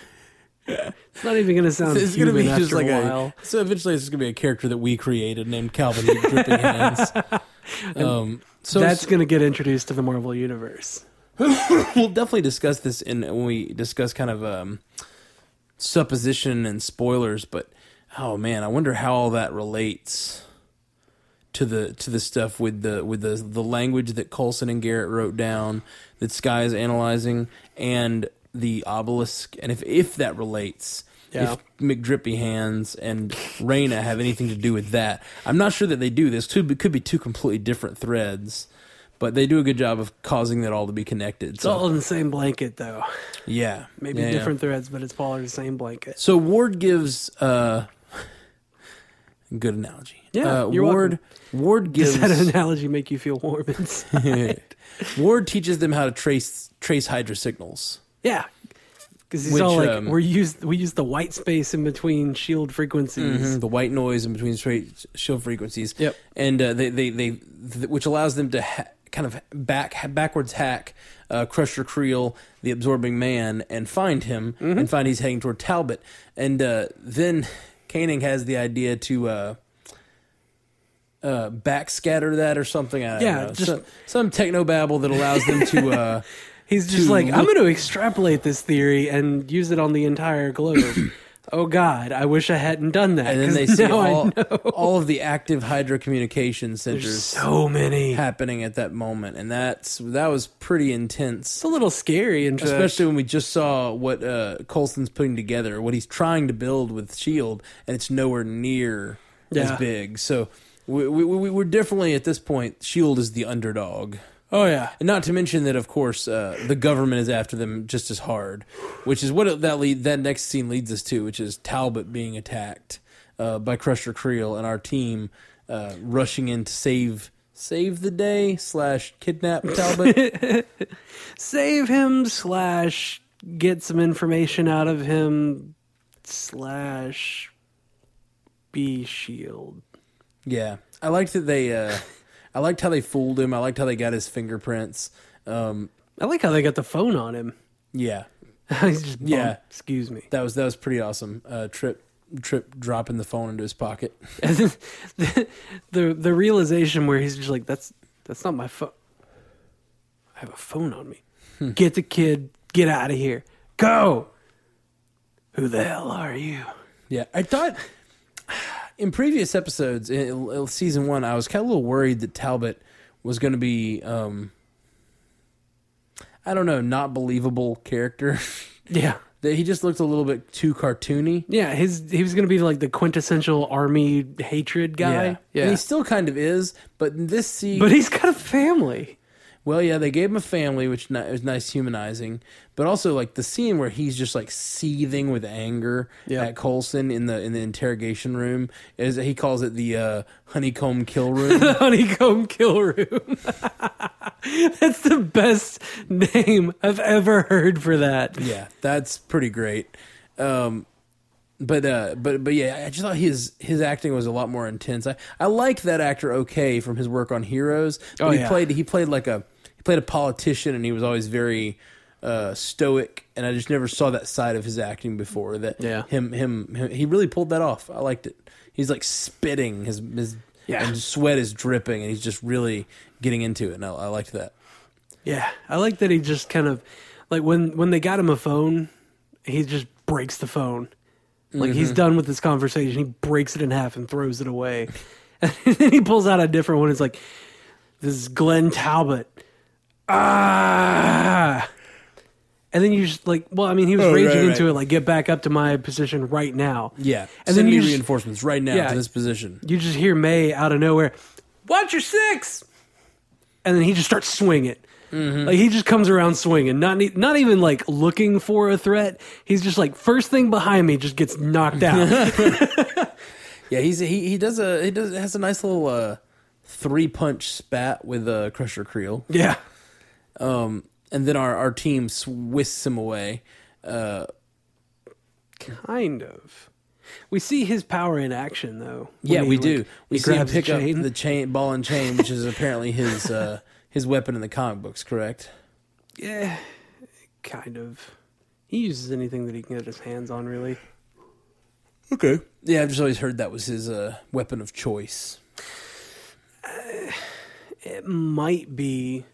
B: it's not even gonna sound.
A: It's gonna be
B: human
A: just
B: after
A: like
B: a while.
A: a. So eventually, it's just gonna be a character that we created named Calvin McDrippy Hands. Um, so
B: That's gonna get introduced to the Marvel universe.
A: we'll definitely discuss this in when we discuss kind of um, supposition and spoilers. But oh man, I wonder how all that relates to the to the stuff with the with the the language that Colson and Garrett wrote down that Sky is analyzing and the obelisk, and if if that relates.
B: Yeah.
A: If McDrippy hands and Raina have anything to do with that, I'm not sure that they do. This could be, could be two completely different threads, but they do a good job of causing that all to be connected.
B: It's
A: So
B: all in the same blanket, though.
A: yeah,
B: Maybe
A: Yeah, yeah.
B: different threads, but it's all in the same blanket.
A: So Ward gives uh, good analogy.
B: Yeah,
A: uh,
B: you're
A: Ward. Ward gives
B: Does that analogy make you feel warm inside?
A: Ward teaches them how to trace trace Hydra signals.
B: yeah, because he's
A: Which,
B: all like,
A: um,
B: "We're used. We use the white space in between shield frequencies."
A: The white noise in between straight shield frequencies.
B: Mm-hmm. Yep.
A: And uh, they, they, they, th- which allows them to ha- kind of back backwards hack uh, Crusher Creel, the absorbing man, and find him
B: Mm-hmm.
A: and find he's heading toward Talbot. And uh, then Koenig has the idea to. Uh, uh, backscatter that or something. I don't
B: Yeah,
A: know.
B: just-
A: some, some techno babble that allows them to uh,
B: He's just
A: to
B: like, "I'm
A: look-
B: going to extrapolate this theory and use it on the entire globe." oh God, I wish I hadn't done that.
A: and then they
B: 'cause
A: see
B: now I
A: all,
B: know
A: all of the active hydro communication centers
B: There's so many.
A: happening at that moment and that's that was pretty intense
B: It's a little scary, and
A: especially when we just saw what uh colson's putting together what he's trying to build with shield E and it's nowhere near
B: Yeah.
A: as big so we, we, we, we're definitely at this point shield E is the underdog
B: oh yeah,
A: and not to mention that, of course, uh, the government is after them just as hard, which is what it, that lead, that next scene leads us to, which is Talbot being attacked uh, by Crusher Creel and our team uh, rushing in to save save the day slash kidnap Talbot.
B: save him slash get some information out of him slash be shield.
A: yeah, I liked that they, uh, I liked how they fooled him. I liked how they got his fingerprints. Um,
B: I like how they got the phone on him.
A: yeah,
B: He's just
A: Yeah.
B: yeah. Excuse me.
A: that was that was pretty awesome. Uh, Trip Trip dropping the phone into his pocket.
B: And then the, the the realization where he's just like, "That's that's not my phone. I have a phone on me. Get the kid. Get out of here. Go. Who the hell are you?
A: Yeah, I thought in previous episodes, in in season one, I was kind of a little worried that Talbot was going to be, um, I don't know, not believable character.
B: Yeah,
A: that he just looked a little bit too cartoony.
B: yeah. His he was gonna be like the quintessential army hatred guy.
A: and he still kind of is, but in this scene,
B: but he's got a family.
A: well, yeah, they gave him a family, which ni- was nice humanizing, but also like the scene where he's just like seething with anger
B: Yeah.
A: at Colson in the in the interrogation room, is he calls it the uh, honeycomb kill room.
B: The honeycomb kill room. that's the best name I've ever heard for that.
A: yeah, that's pretty great. Um, but uh, but but yeah, I just thought his his acting was a lot more intense. I, I like that actor okay from his work on Heroes. But
B: Oh,
A: he
B: yeah.
A: played he played like a he played a politician and he was always very uh, stoic and I just never saw that side of his acting before. That
B: Yeah.
A: him, him him he really pulled that off. I liked it. He's like spitting his his
B: Yeah.
A: and sweat is dripping and he's just really getting into it and I, I liked that.
B: Yeah, I like that he just kind of like when when they got him a phone, he just breaks the phone. Like he's
A: Mm-hmm.
B: done with this conversation, he breaks it in half and throws it away. And then he pulls out a different one. It's like this is Glenn Talbot. Ah. And then you just like, well, I mean, he was
A: Oh,
B: raging
A: right,
B: into
A: right.
B: it, like, get back up to my position right now.
A: Yeah,
B: And
A: and
B: then
A: send
B: you
A: me
B: just-
A: reinforcements right now
B: Yeah.
A: to this position.
B: You just hear May out of nowhere, watch your six. And then he just starts swinging.
A: Mm-hmm.
B: Like he just comes around swinging, not ne- not even like looking for a threat. He's just like first thing behind me just gets knocked out.
A: Yeah, he's he he does a he does has a nice little uh, three punch spat with uh, Crusher Creel,
B: yeah,
A: and then our our team sw- whisks him away.
B: kind of. We see his power in action though. when
A: Yeah,
B: he,
A: we
B: like,
A: do. We
B: he
A: see him
B: grabs
A: pick
B: Jane.
A: up the chain ball and chain, which is apparently his uh, his weapon in the comic books. Correct?
B: Yeah, kind of. He uses anything that he can get his hands on, really.
A: Okay. Yeah, I've just always heard that was his uh, weapon of choice.
B: It might be.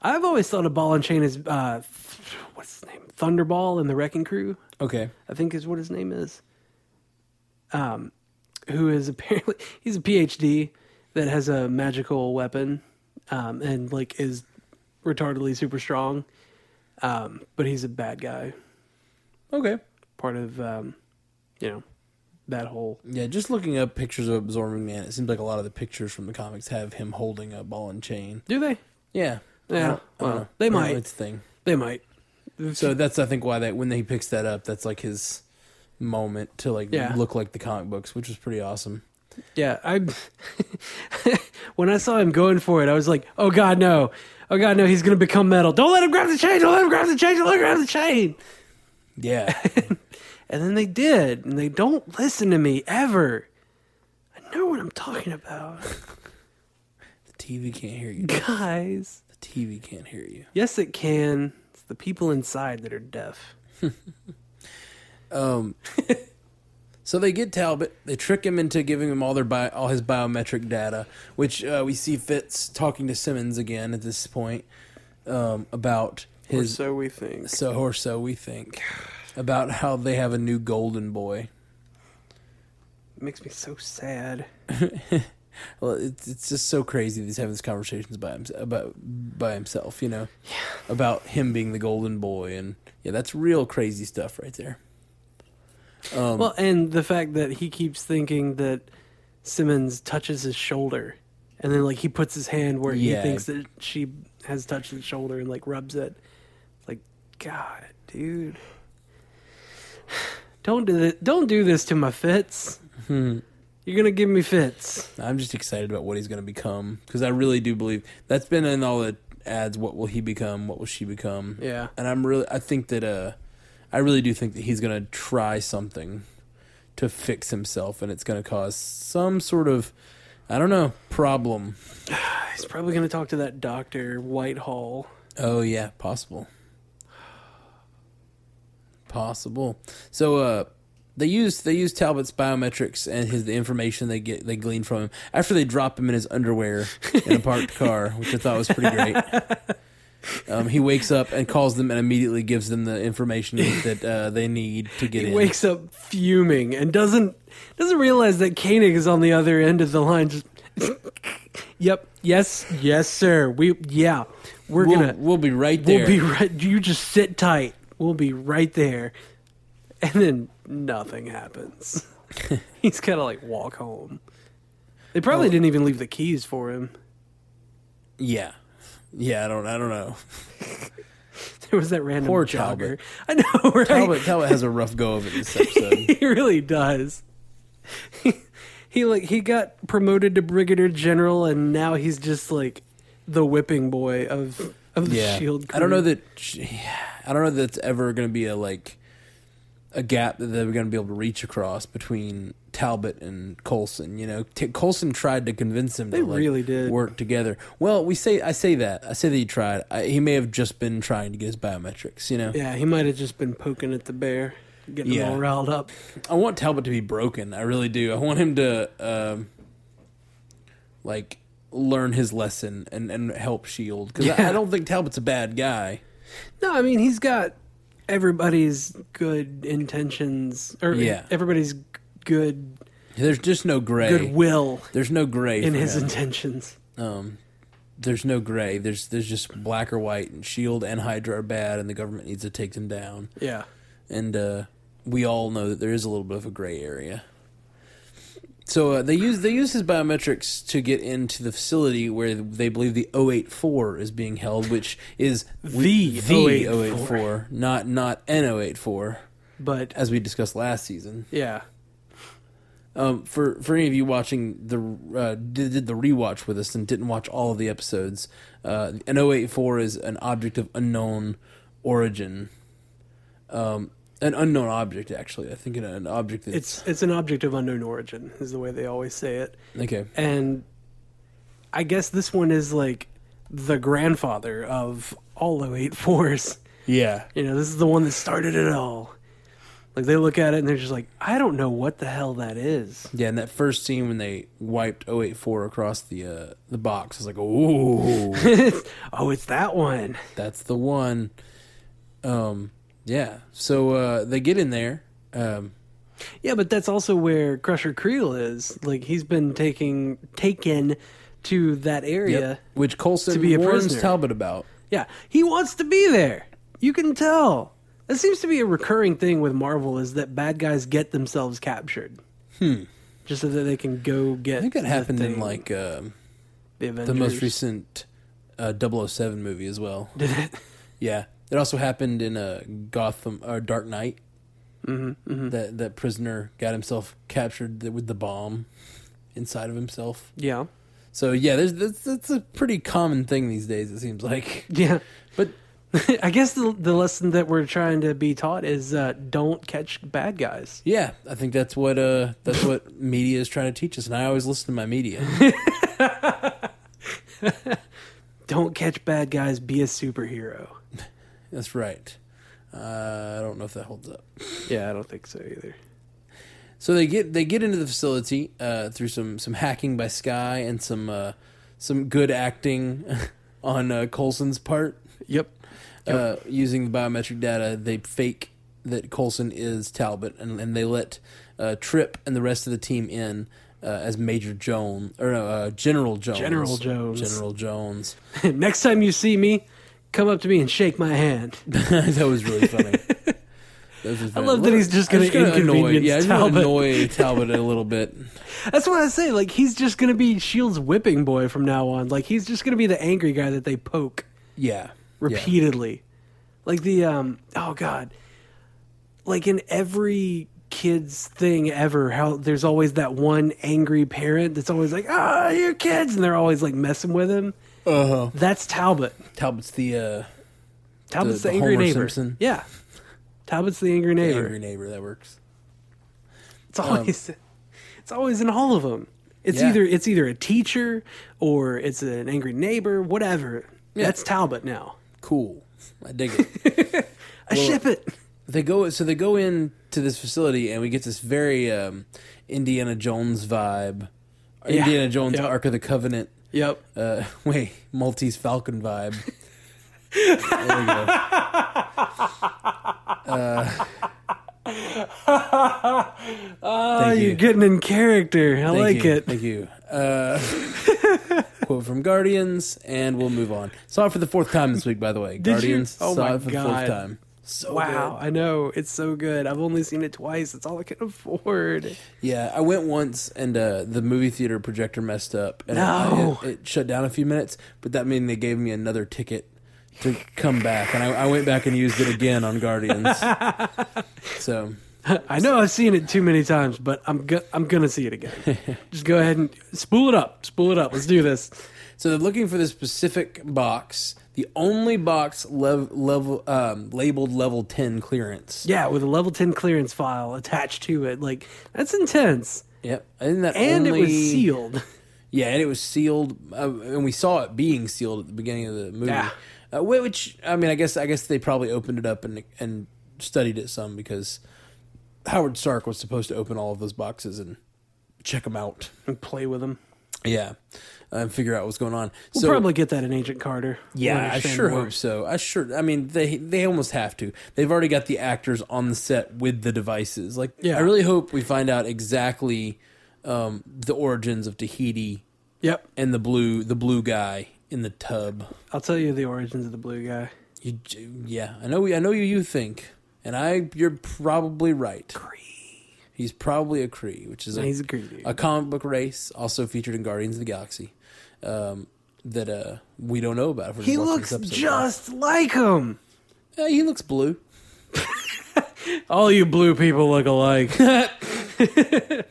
B: I've always thought of Ball and Chain as uh, th- what's his name? Thunderball and the Wrecking Crew.
A: Okay.
B: I think is what his name is. Um, who is apparently he's a PhD that has a magical weapon, um, and like is retardedly super strong. Um, but he's a bad guy,
A: Okay.
B: part of um, you know that whole
A: Yeah, just looking up pictures of Absorbing Man, it seems like a lot of the pictures from the comics have him holding a ball and chain.
B: do they?
A: Yeah.
B: Yeah,
A: I don't- I don't
B: well,
A: know.
B: they
A: I don't know,
B: might.
A: It's a thing.
B: They might.
A: So that's I think why that when he picks that up, that's like his moment to like
B: Yeah.
A: look like the comic books, which was pretty awesome.
B: Yeah, I when I saw him going for it, I was like, "Oh God, no! Oh God, no! He's gonna become metal! Don't let him grab the chain! Don't let him grab the chain! Don't let him grab the chain!"
A: Yeah.
B: And then they did, and they don't listen to me ever. I know what I'm talking about,
A: the TV can't hear you. The
B: guys.
A: TV can't hear you.
B: Yes, it can. It's the people inside that are deaf.
A: Um So they get Talbot. They trick him into giving him all their bi- all his biometric data, which uh, we see Fitz talking to Simmons again at this point um, about his
B: so we think.
A: so or so we think about how they have a new golden boy.
B: makes me so sad.
A: Well, it's it's just so crazy that he's having these conversations by himself, about by himself, you know, yeah. about him being the golden boy, and yeah, that's real crazy stuff right there.
B: well, and the fact that he keeps thinking that Simmons touches his shoulder, and then like he puts his hand where
A: Yeah.
B: he thinks that she has touched his shoulder and like rubs it. It's like, God, dude, don't do this. Don't do this to my fits. You're gonna give me fits.
A: I'm just excited about what he's going to become because I really do believe that's been in all the ads. What will he become? What will she become?
B: Yeah.
A: and I'm really I think that uh, I really do think that he's going to try something to fix himself, and it's going to cause some sort of I don't know problem.
B: He's probably gonna talk to that doctor Whitehall.
A: Oh yeah, possible. Possible. So uh they use they use Talbot's biometrics and his the information they get they glean from him after they drop him in his underwear in a parked car, which I thought was pretty great. Um, he wakes up and calls them and immediately gives them the information that uh, they need to get
B: He
A: in.
B: wakes up fuming and doesn't doesn't realize that Koenig is on the other end of the line. Just, yep, yes, yes, sir. We yeah, we're
A: we'll,
B: gonna
A: we'll be right there.
B: we'll be right. You just sit tight. We'll be right there, and then nothing happens. He's gotta like walk home. They probably didn't even leave the keys for him.
A: yeah, yeah. I don't I don't know.
B: There was that random
A: Poor
B: jogger.
A: Talbot.
B: I know, right?
A: Talbot Talbot has a rough go of it this episode.
B: he really does. He, he like he got promoted to brigadier general, and now he's just like the whipping boy of of the shield. E Crew.
A: I don't know that. I don't know that's ever going to be a like a gap that they're going to be able to reach across between Talbot and Colson. You know, T- Colson tried to convince him
B: They
A: to like,
B: really did.
A: work together. Well, we say I say that I say that he tried. I, he may have just been trying to get his biometrics. You know,
B: Yeah, he might have just been poking at the bear, getting
A: Yeah.
B: him all riled up.
A: I want Talbot to be broken. I really do. I want him to um, like learn his lesson and and help Shield because I,
B: Yeah.
A: I don't think Talbot's a bad guy.
B: No, I mean he's got everybody's good intentions, or
A: Yeah.
B: everybody's good
A: There's just no gray.
B: goodwill
A: There's no gray
B: in
A: for
B: his
A: him.
B: intentions.
A: um, there's no gray. There's there's just black or white, and Shield E and Hydra are bad, and the government needs to take them down.
B: Yeah.
A: And uh, we all know that there is a little bit of a gray area. So uh, they use they use his biometrics to get into the facility where they believe the 084 is being held, which is
B: The 084.
A: 084, not not an 084,
B: But
A: as we discussed last season.
B: yeah,
A: Um, for for any of you watching the uh, did, did the rewatch with us and didn't watch all of the episodes, uh, an 084 is an object of unknown origin, um, an unknown object actually. I think an, an object that's
B: it's it's an object of unknown origin is the way they always say it.
A: okay.
B: And I guess this one is like the grandfather of all 084s.
A: Yeah,
B: You know, this is the one that started it all. Like they look at it and they're just like, I don't know what the hell that is.
A: yeah. And that first scene when they wiped 084 across the uh, the box, I was like, ooh,
B: oh, it's that one.
A: that's the one. Um, yeah. So uh, they get in there. Um,
B: Yeah, but that's also where Crusher Creel is. Like he's been taking taken to that area.
A: yep, Which Colson
B: be a
A: warns
B: prisoner.
A: Talbot about.
B: Yeah, he wants to be there. You can tell. That seems to be a recurring thing with Marvel is that bad guys get themselves captured. Hmm. Just so that they can go get.
A: I think that
B: the
A: happened in
B: thing,
A: like um
B: the,
A: the most
B: Avengers.
A: recent uh, 007 movie as well.
B: Did it?
A: Yeah, it also happened in uh, Gotham or Dark Knight. Mm-hmm, That that prisoner got himself captured th- with the bomb inside of himself.
B: Yeah.
A: So yeah, there's that's, that's a pretty common thing these days. It seems like,
B: Yeah.
A: but
B: I guess the the lesson that we're trying to be taught is uh, don't catch bad guys.
A: yeah, I think that's what uh that's what media is trying to teach us. And I always listen to my media.
B: Don't catch bad guys. Be a superhero.
A: that's right. Uh, I don't know if that holds up.
B: Yeah, I don't think so either.
A: So they get they get into the facility uh, through some some hacking by Sky and some uh, some good acting on uh, Colson's part
B: Yep.
A: uh, using the biometric data. They fake that Colson is Talbot and, and they let uh, Trip and the rest of the team in. Uh, as Major Jones or no, uh, General Jones,
B: General Jones.
A: General Jones.
B: Next time you see me, come up to me and shake my hand.
A: that was really funny. That was just
B: I
A: funny.
B: love that he's just
A: I'm
B: gonna
A: annoy,
B: inconvenience
A: yeah, I'm gonna
B: Talbot.
A: annoy Talbot a little bit.
B: That's what I say. Like he's just gonna be Shield's whipping boy from now on. Like he's just gonna be the angry guy that they poke
A: Yeah, yeah.
B: repeatedly. Like the um oh god. Like in every kid's thing ever, how there's always that one angry parent that's always like, Ah, your kids and they're always like messing with him.
A: Uh-huh.
B: That's Talbot.
A: Talbot's the uh,
B: Talbot's
A: The-
B: the,
A: the
B: angry
A: Homer
B: neighbor.
A: Simpson.
B: Yeah. Talbot's the angry neighbor.
A: angry neighbor that works.
B: It's always it's always in all of them. It's
A: Um, Yeah.
B: either it's either a teacher or it's an angry neighbor, whatever. That's Talbot now.
A: Cool, I dig it.
B: I ship it.
A: they go so they go in to this facility and we get this very um, Indiana Jones vibe,
B: Yeah.
A: Indiana Jones
B: Yep.
A: Ark of the Covenant.
B: Yep.
A: Uh, wait, Maltese Falcon vibe. there we go.
B: Oh, you're
A: you.
B: getting in character. I
A: Thank
B: like
A: you.
B: it.
A: Thank you. Uh, quote from Guardians, and we'll move on. Saw it for the fourth time this week, by the way.
B: you?
A: Guardians.
B: Oh
A: saw
B: my
A: it for the
B: God.
A: fourth time. So
B: Wow,
A: good.
B: I know. It's so good. I've only seen it twice. It's all I can afford.
A: Yeah, I went once and uh, the movie theater projector messed up and
B: No.
A: it, it, shut down a few minutes, but that meant they gave me another ticket to come back, and I, I went back and used it again on Guardians. so
B: I know I've seen it too many times, but I'm go- I'm gonna see it again. Just go ahead and spool it up. Spool it up. Let's do this.
A: So they're looking for this specific box, the only box lev- level um, labeled level ten clearance.
B: Yeah, with a level ten clearance file attached to it. Like that's intense.
A: Yep, and that
B: And
A: only,
B: it was sealed.
A: Yeah, and it was sealed, uh, and we saw it being sealed at the beginning of the movie.
B: Yeah.
A: Uh, whi- which I mean, I guess I guess they probably opened it up and and studied it some because Howard Stark was supposed to open all of those boxes and check them out.
B: and play with them.
A: Yeah, and figure out what's going on.
B: We'll
A: so
B: probably get that in Agent Carter. We'll
A: Yeah, I
B: understand
A: sure
B: more.
A: hope so. I sure. I mean, they they almost have to. They've already got the actors on the set with the devices. Like,
B: Yeah.
A: I really hope we find out exactly um, the origins of Tahiti
B: Yep,
A: and the blue the blue guy in the tub.
B: I'll tell you the origins of the blue guy.
A: You, j- yeah, I know. I know you. You think, and I. You're probably right. He's probably a Cree, which is a,
B: He's a Cree dude.
A: a comic book race also featured in Guardians of the Galaxy um, that uh, we don't know about. if we're
B: he
A: just watching
B: looks
A: this episode.
B: just like him.
A: Yeah, he looks blue.
B: All you blue people look alike.
A: I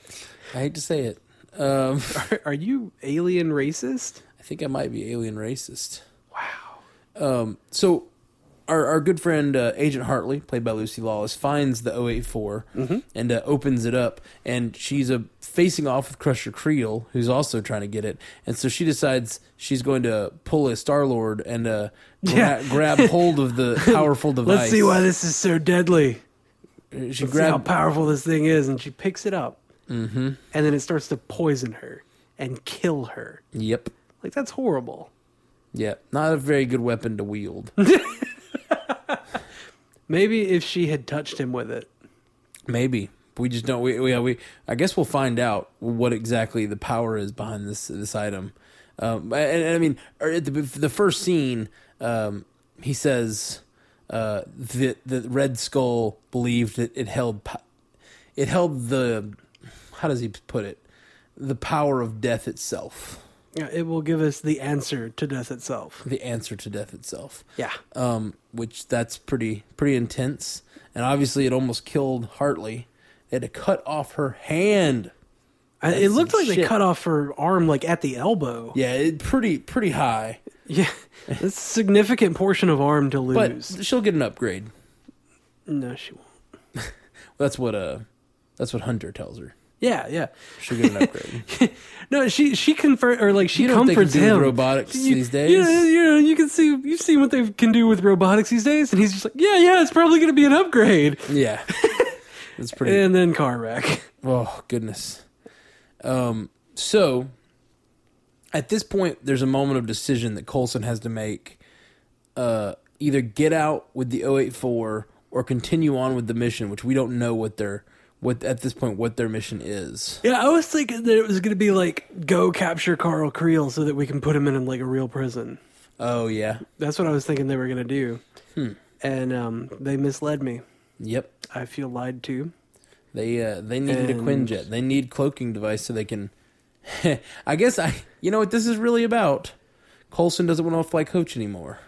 A: hate to say it. Um,
B: are, are you alien racist?
A: I think I might be alien racist. Wow. Um, so, our, our good friend uh, Agent Hartley, played by Lucy Lawless, finds the 084
B: Mm-hmm.
A: and uh, opens it up, and she's uh, facing off with Crusher Creel, who's also trying to get it, and so she decides she's going to pull a Star Lord and uh, gra-
B: Yeah.
A: grab hold of the powerful device.
B: Let's see why this is so deadly.
A: she
B: See how
A: grabbed.
B: powerful this thing is, and she picks it up, mm-hmm. and then it starts to poison her and kill her.
A: Yep.
B: Like that's horrible.
A: Yeah, not a very good weapon to wield.
B: Maybe if she had touched him with it,
A: Maybe we just don't. We, we we I guess we'll find out what exactly the power is behind this this item. Um, and, and I mean, or at the the first scene, um, he says uh, that the Red Skull believed that it held po- it held the how does he put it the power of death itself,
B: yeah, it will give us the answer to death itself.
A: the answer to death itself.
B: Yeah,
A: um, which that's pretty pretty intense. And obviously, it almost killed Hartley. They had to cut off her hand.
B: I, it looked
A: some
B: like they
A: shit.
B: cut off her arm like at the elbow.
A: Yeah, it, pretty pretty high.
B: Yeah, that's a significant portion of arm to
A: But
B: lose.
A: she'll get an upgrade.
B: no, she won't.
A: That's what uh, that's what Hunter tells her.
B: Yeah, yeah.
A: She'll get an upgrade.
B: No, she she confer or like she
A: You know what they
B: comforts
A: can do with
B: him.
A: robotics these days?
B: You know, you know, you can see you've seen what they can do with robotics these days, and he's just like, yeah, yeah, it's probably going to be an upgrade,
A: yeah, that's pretty.
B: and then car wreck.
A: Oh goodness. Um. So, at this point, there's a moment of decision that Colson has to make. Uh, either get out with the 084 or continue on with the mission, which we don't know what their what at this point what their mission is.
B: Yeah, I was thinking that it was going to be like go capture Carl Creel so that we can put him in like a real prison.
A: Oh yeah.
B: That's what I was thinking they were going to do, and um, they misled me.
A: Yep.
B: I feel lied to.
A: They uh, they needed a
B: And-
A: Quinjet. They need cloaking device so they can. I guess I. You know what this is really about. Colson doesn't want to fly coach anymore.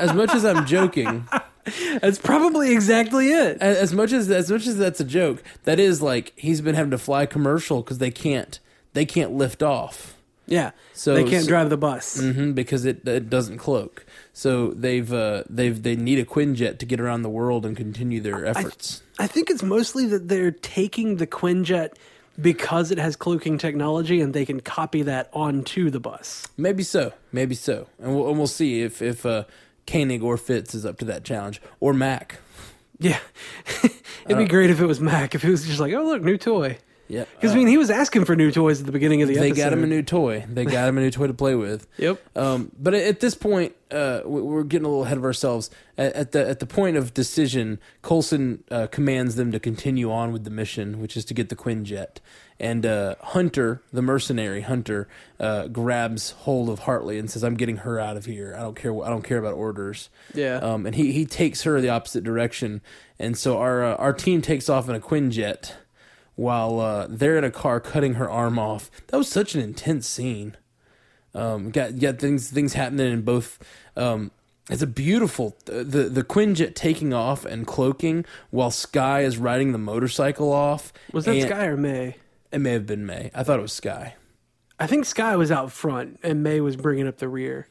A: as much as I'm joking,
B: That's probably exactly it.
A: as, as much as as much as that's a joke, that is like he's been having to fly commercial because they can't they can't lift off
B: Yeah,
A: So-
B: so they can't
A: so-
B: drive the bus.
A: hmm because it, it doesn't cloak. So they've uh, they've they need a Quinjet to get around the world and continue their efforts.
B: I think it's mostly that they're taking the Quinjet because it has cloaking technology and they can copy that onto the bus.
A: Maybe so. Maybe so. And we'll, and we'll see if if uh, Koenig or Fitz is up to that challenge or Mac.
B: Yeah. It'd be great if it was Mac, if it was just like, oh, look, new toy.
A: Uh, Yeah,
B: Because, I mean, he was asking for new toys at the beginning of the
A: Uh, they
B: episode.
A: got him a new toy. They got him a new toy to play with.
B: Yep.
A: Um, but at- at this point, uh, we- we're getting a little ahead of ourselves. At, at the at the point of decision, Colson uh, commands them to continue on with the mission, which is to get the Quinjet. And uh, Hunter, the mercenary Hunter, uh, grabs hold of Hartley and says, "I'm getting her out of here. I don't care. wh- I don't care about orders."
B: Yeah.
A: Um, and he he takes her the opposite direction, and so our uh, our team takes off in a Quinjet. While uh, they're in a car cutting her arm off, that was such an intense scene. Um, got got things things happening in both. Um, it's a beautiful the the Quinjet taking off and cloaking while Sky is riding the motorcycle off.
B: Was that
A: and-
B: Sky or May?
A: It may have been May. I thought it was Sky.
B: I think Sky was out front and May was bringing up the rear.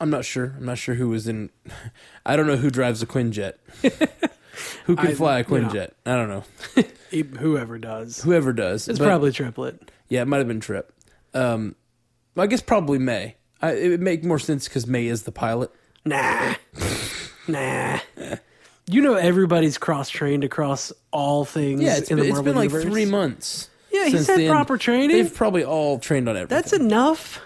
A: I'm not sure. I'm not sure who was in. I don't know who drives a Quinjet. who can
B: I-
A: fly a
B: you know.
A: Quinjet? I don't know.
B: E- Whoever does.
A: Whoever does.
B: It's
A: but-
B: probably Triplet.
A: Yeah, it might have been Trip. Um, I guess probably May. I, it would make more sense because May is the pilot.
B: Nah. nah. You know everybody's cross trained across all things
A: Yeah, it's
B: in the
A: been, it's
B: Marvel
A: been like
B: universe.
A: three months.
B: Yeah, he
A: since
B: said
A: the end.
B: proper training.
A: They've probably all trained on everything.
B: That's enough.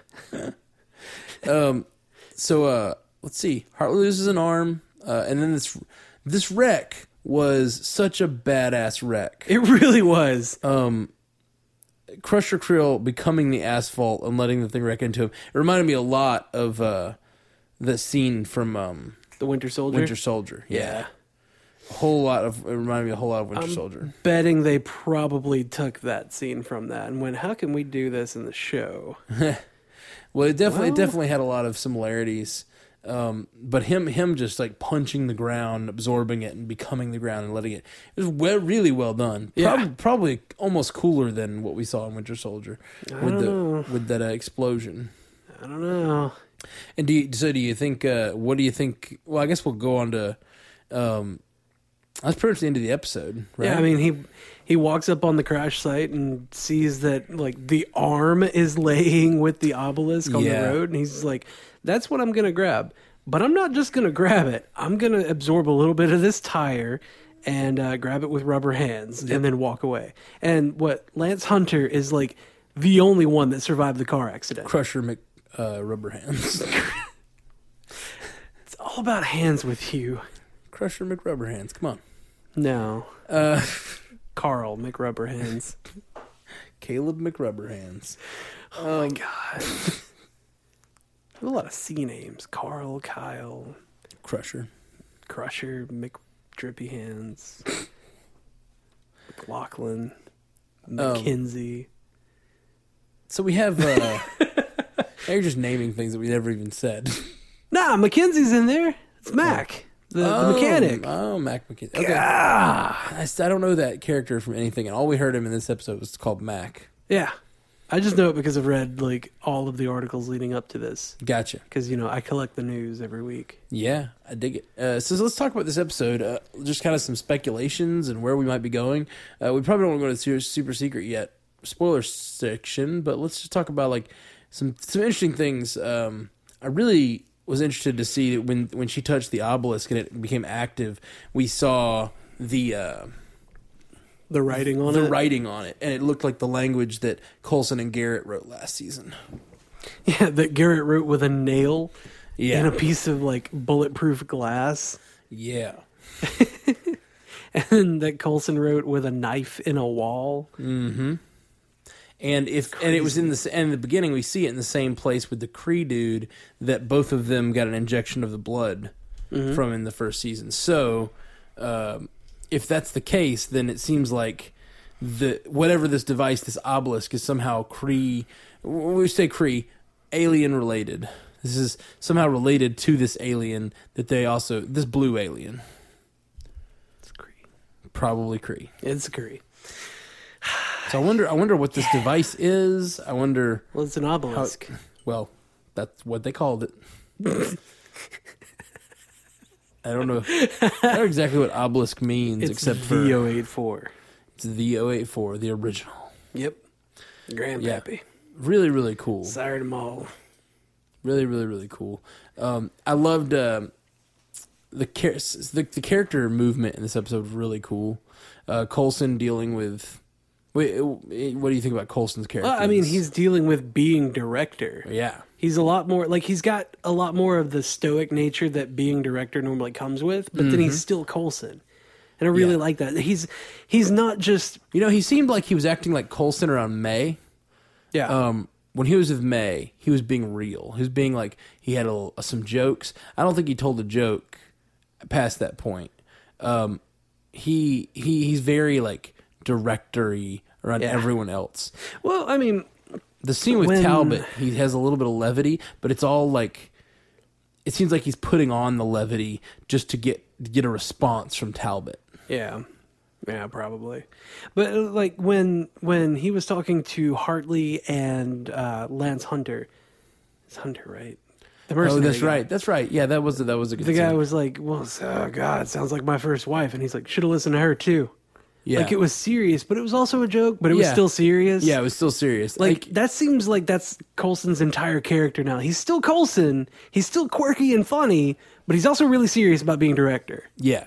A: so uh let's see hartley loses an arm uh, and then this this wreck was such a badass wreck
B: It really was.
A: crusher creel becoming the asphalt and letting the thing wreck into him it reminded me a lot of uh the scene from um
B: the Winter Soldier. Um,
A: winter soldier yeah, A whole lot of it reminded me a whole lot of Winter Soldier.
B: Betting they probably took that scene from that and went, "How can we do this in the show?"
A: Well, it definitely it
B: Well-
A: definitely had a lot of similarities. Um, but him him just like punching the ground, absorbing it, and becoming the ground and letting it. It was well, really well done.
B: Yeah.
A: Probably, probably almost cooler than what we saw in Winter Soldier with
B: don't
A: the
B: know.
A: with that uh, explosion.
B: I don't know.
A: And do you, so? Do you think? Uh, what do you think? Well, I guess we'll go on to. Um, that's pretty much the end of the episode, right?
B: Yeah, I mean he he walks up on the crash site and sees that like the arm is laying with the obelisk on
A: Yeah.
B: the road, and he's like, "That's what I'm gonna grab." But I'm not just gonna grab it. I'm gonna absorb a little bit of this tire and uh, grab it with rubber hands, and then walk away. And what Lance Hunter is like the only one that survived the car accident.
A: Crusher Mc uh, Rubber Hands,
B: It's all about hands with you.
A: Crusher McRubber Hands. Come on,
B: No,
A: uh,
B: Carl McRubber hands.
A: Caleb McRubber Hands.
B: Oh my god. There's a lot of C names. Carl, Kyle,
A: Crusher.
B: Crusher, McDrippy Hands, McLaughlin, Um, McKinsey.
A: So we have. Uh, they're just naming things that we never even said.
B: nah, McKinsey's in there. It's Mac, the, the mechanic.
A: Oh, oh, Mac McKinney. Okay.
B: Um, Ah,
A: I, s- I don't know that character from anything, and all we heard him in this episode was called Mac.
B: yeah. I just know it because I've read like all of the articles leading up to this.
A: Gotcha.
B: Because you know I collect the news every week.
A: Yeah, I dig it. Uh, so, so let's talk about this episode. Uh, just kind of some speculations and where we might be going. Uh, we probably don't want to go to super, super secret yet, spoiler section. But let's just talk about like some some interesting things. Um, I really was interested to see that when when she touched the obelisk and it became active, we saw the. Uh,
B: The writing on
A: the
B: it.
A: writing on it, and it looked like the language that Colson and Garrett wrote last season.
B: Yeah, that Garrett wrote with a nail
A: Yeah,
B: and a piece of like bulletproof glass.
A: yeah,
B: and that Colson wrote with a knife in a wall.
A: and if and it was in the s- and in the beginning we see it in the same place with the Cree dude that both of them got an injection of the blood from in the first season. So, um, if that's the case, then it seems like the whatever this device, this obelisk, is somehow Cree. w- We say Cree, alien related. This is somehow related to this alien that they also this blue alien.
B: It's Cree.
A: probably Cree.
B: It's Cree.
A: So I wonder. I wonder what this device is. I wonder.
B: Well, it's an obelisk.
A: Oh, Well, that's what they called it. I don't know. I don't know exactly what obelisk means,
B: it's
A: except
B: the
A: for
B: 084.
A: it's the 084, the original.
B: Yep. Grandpappy.
A: Really, really cool.
B: Sired them all.
A: Really, really, really cool. Um, I loved um the, char- s- the the character movement in this episode. Was really cool. Uh, Colson dealing with. Wait, eh, what do you think about Colson's character?
B: Well,
A: in
B: I mean,
A: this?
B: he's dealing with being director.
A: yeah.
B: He's a lot more like he's got a lot more of the stoic nature that being director normally comes with, but then he's still Colson. And I really
A: Yeah.
B: like that. He's he's not just
A: You know, he seemed like he was acting like Colson around May.
B: yeah.
A: Um, when he was with May, he was being real. He was being like he had a, some jokes. I don't think he told a joke past that point. Um, he he he's very like directory around everyone else.
B: well, I mean,
A: The scene with
B: When-
A: Talbot, he has a little bit of levity, but it's all like it seems like he's putting on the levity just to get get a response from Talbot. Oh,
B: Yeah. Yeah, probably. But uh, like when when he was talking to Hartley and uh Lance Hunter. It's Hunter, right? The
A: Oh,
B: mercenary
A: that's
B: guy.
A: right. That's right. Yeah, that was that was a good
B: The guy
A: scene.
B: was like, "Well, s- oh god, sounds like my first wife." And he's like, "Should have listened to her too."
A: Yeah.
B: Like it was serious, but it was also a joke, but it was
A: Yeah.
B: still serious.
A: yeah, it was still serious.
B: Like that seems like that's Colson's entire character now. He's still Colson. He's still quirky and funny, but he's also really serious about being director.
A: yeah.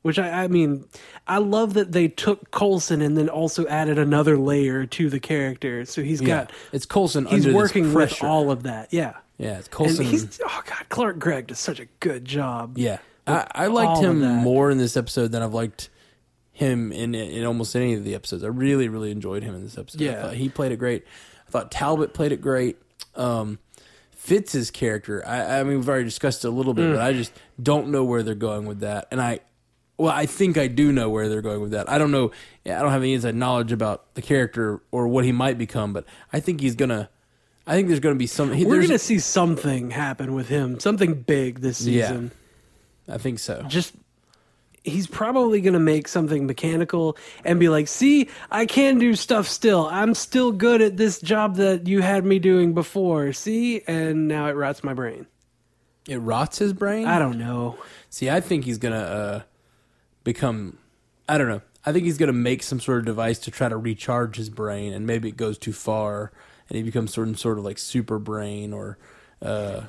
B: Which I, I mean, I love that they took Colson and then also added another layer to the character. So he's got
A: It's Colson
B: he's
A: under
B: working
A: this
B: with
A: pressure.
B: all of that. Yeah,
A: yeah, it's
B: and
A: Colson.
B: he's oh god, Clark Gregg does such a good job.
A: yeah, I, I
B: all
A: liked
B: of
A: him
B: that.
A: more in this episode than I've liked him in in almost any of the episodes. I really, really enjoyed him in this episode. I
B: Yeah.
A: thought he played it great. I thought Talbot played it great. Um,
B: Mm.
A: Fitz's character, I, I mean, we've already discussed it a little bit, but I just don't know where they're going with that, and I well, I think I do know where they're going with that. I don't know. I don't have any inside knowledge about the character or what he might become, but I think he's gonna. I think there's gonna be some. he-
B: We're
A: there's-
B: gonna see something happen with him, something big this
A: Yeah.
B: season.
A: I think so.
B: Just he's probably gonna make something mechanical and be like, "See, I can do stuff still. I'm still good at this job that you had me doing before. See, and now it rots my brain.
A: It rots his brain.
B: I don't know.
A: See, I think he's gonna uh, become. I don't know. I think he's gonna make some sort of device to try to recharge his brain, and maybe it goes too far, and he becomes certain sort of like super brain, or uh,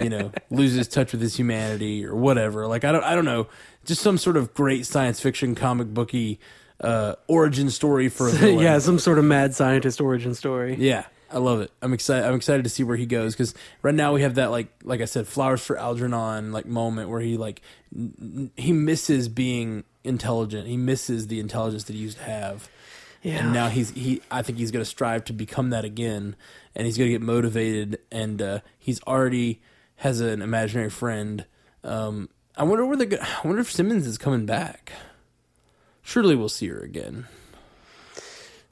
A: you know, loses touch with his humanity, or whatever. Like I don't, I don't know. Just some sort of great science fiction comic booky uh, origin story for a villain.
B: yeah, some sort of mad scientist origin story.
A: Yeah, I love it. I'm excited. I'm excited to see where he goes because right now we have that like like I said, flowers for Algernon like moment where he like n- n- he misses being intelligent. He misses the intelligence that he used to have.
B: Yeah.
A: And now he's he. I think he's going to strive to become that again, and he's going to get motivated. And uh, he's already has an imaginary friend. Um, I wonder where the. I wonder if Simmons is coming back. Surely we'll see her again.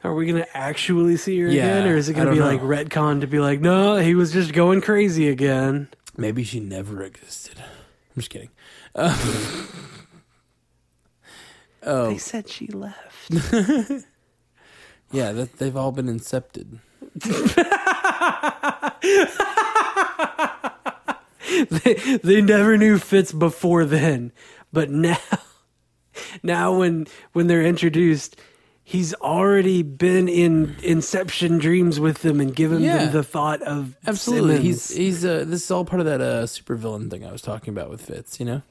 B: Are we gonna actually see her
A: Yeah,
B: again, or is it
A: I
B: gonna
A: don't
B: be
A: know.
B: like retcon to be like, no, he was just going crazy again?
A: Maybe she never existed. I'm just kidding. Uh, Oh.
B: They said she left.
A: yeah, that, they've all been incepted.
B: they, they never knew Fitz before then, but now, now when when they're introduced, he's already been in Inception dreams with them and given
A: Yeah.
B: them the thought of
A: Absolutely,
B: Simmons.
A: he's he's. Uh, this is all part of that uh, supervillain thing I was talking about with Fitz. You know,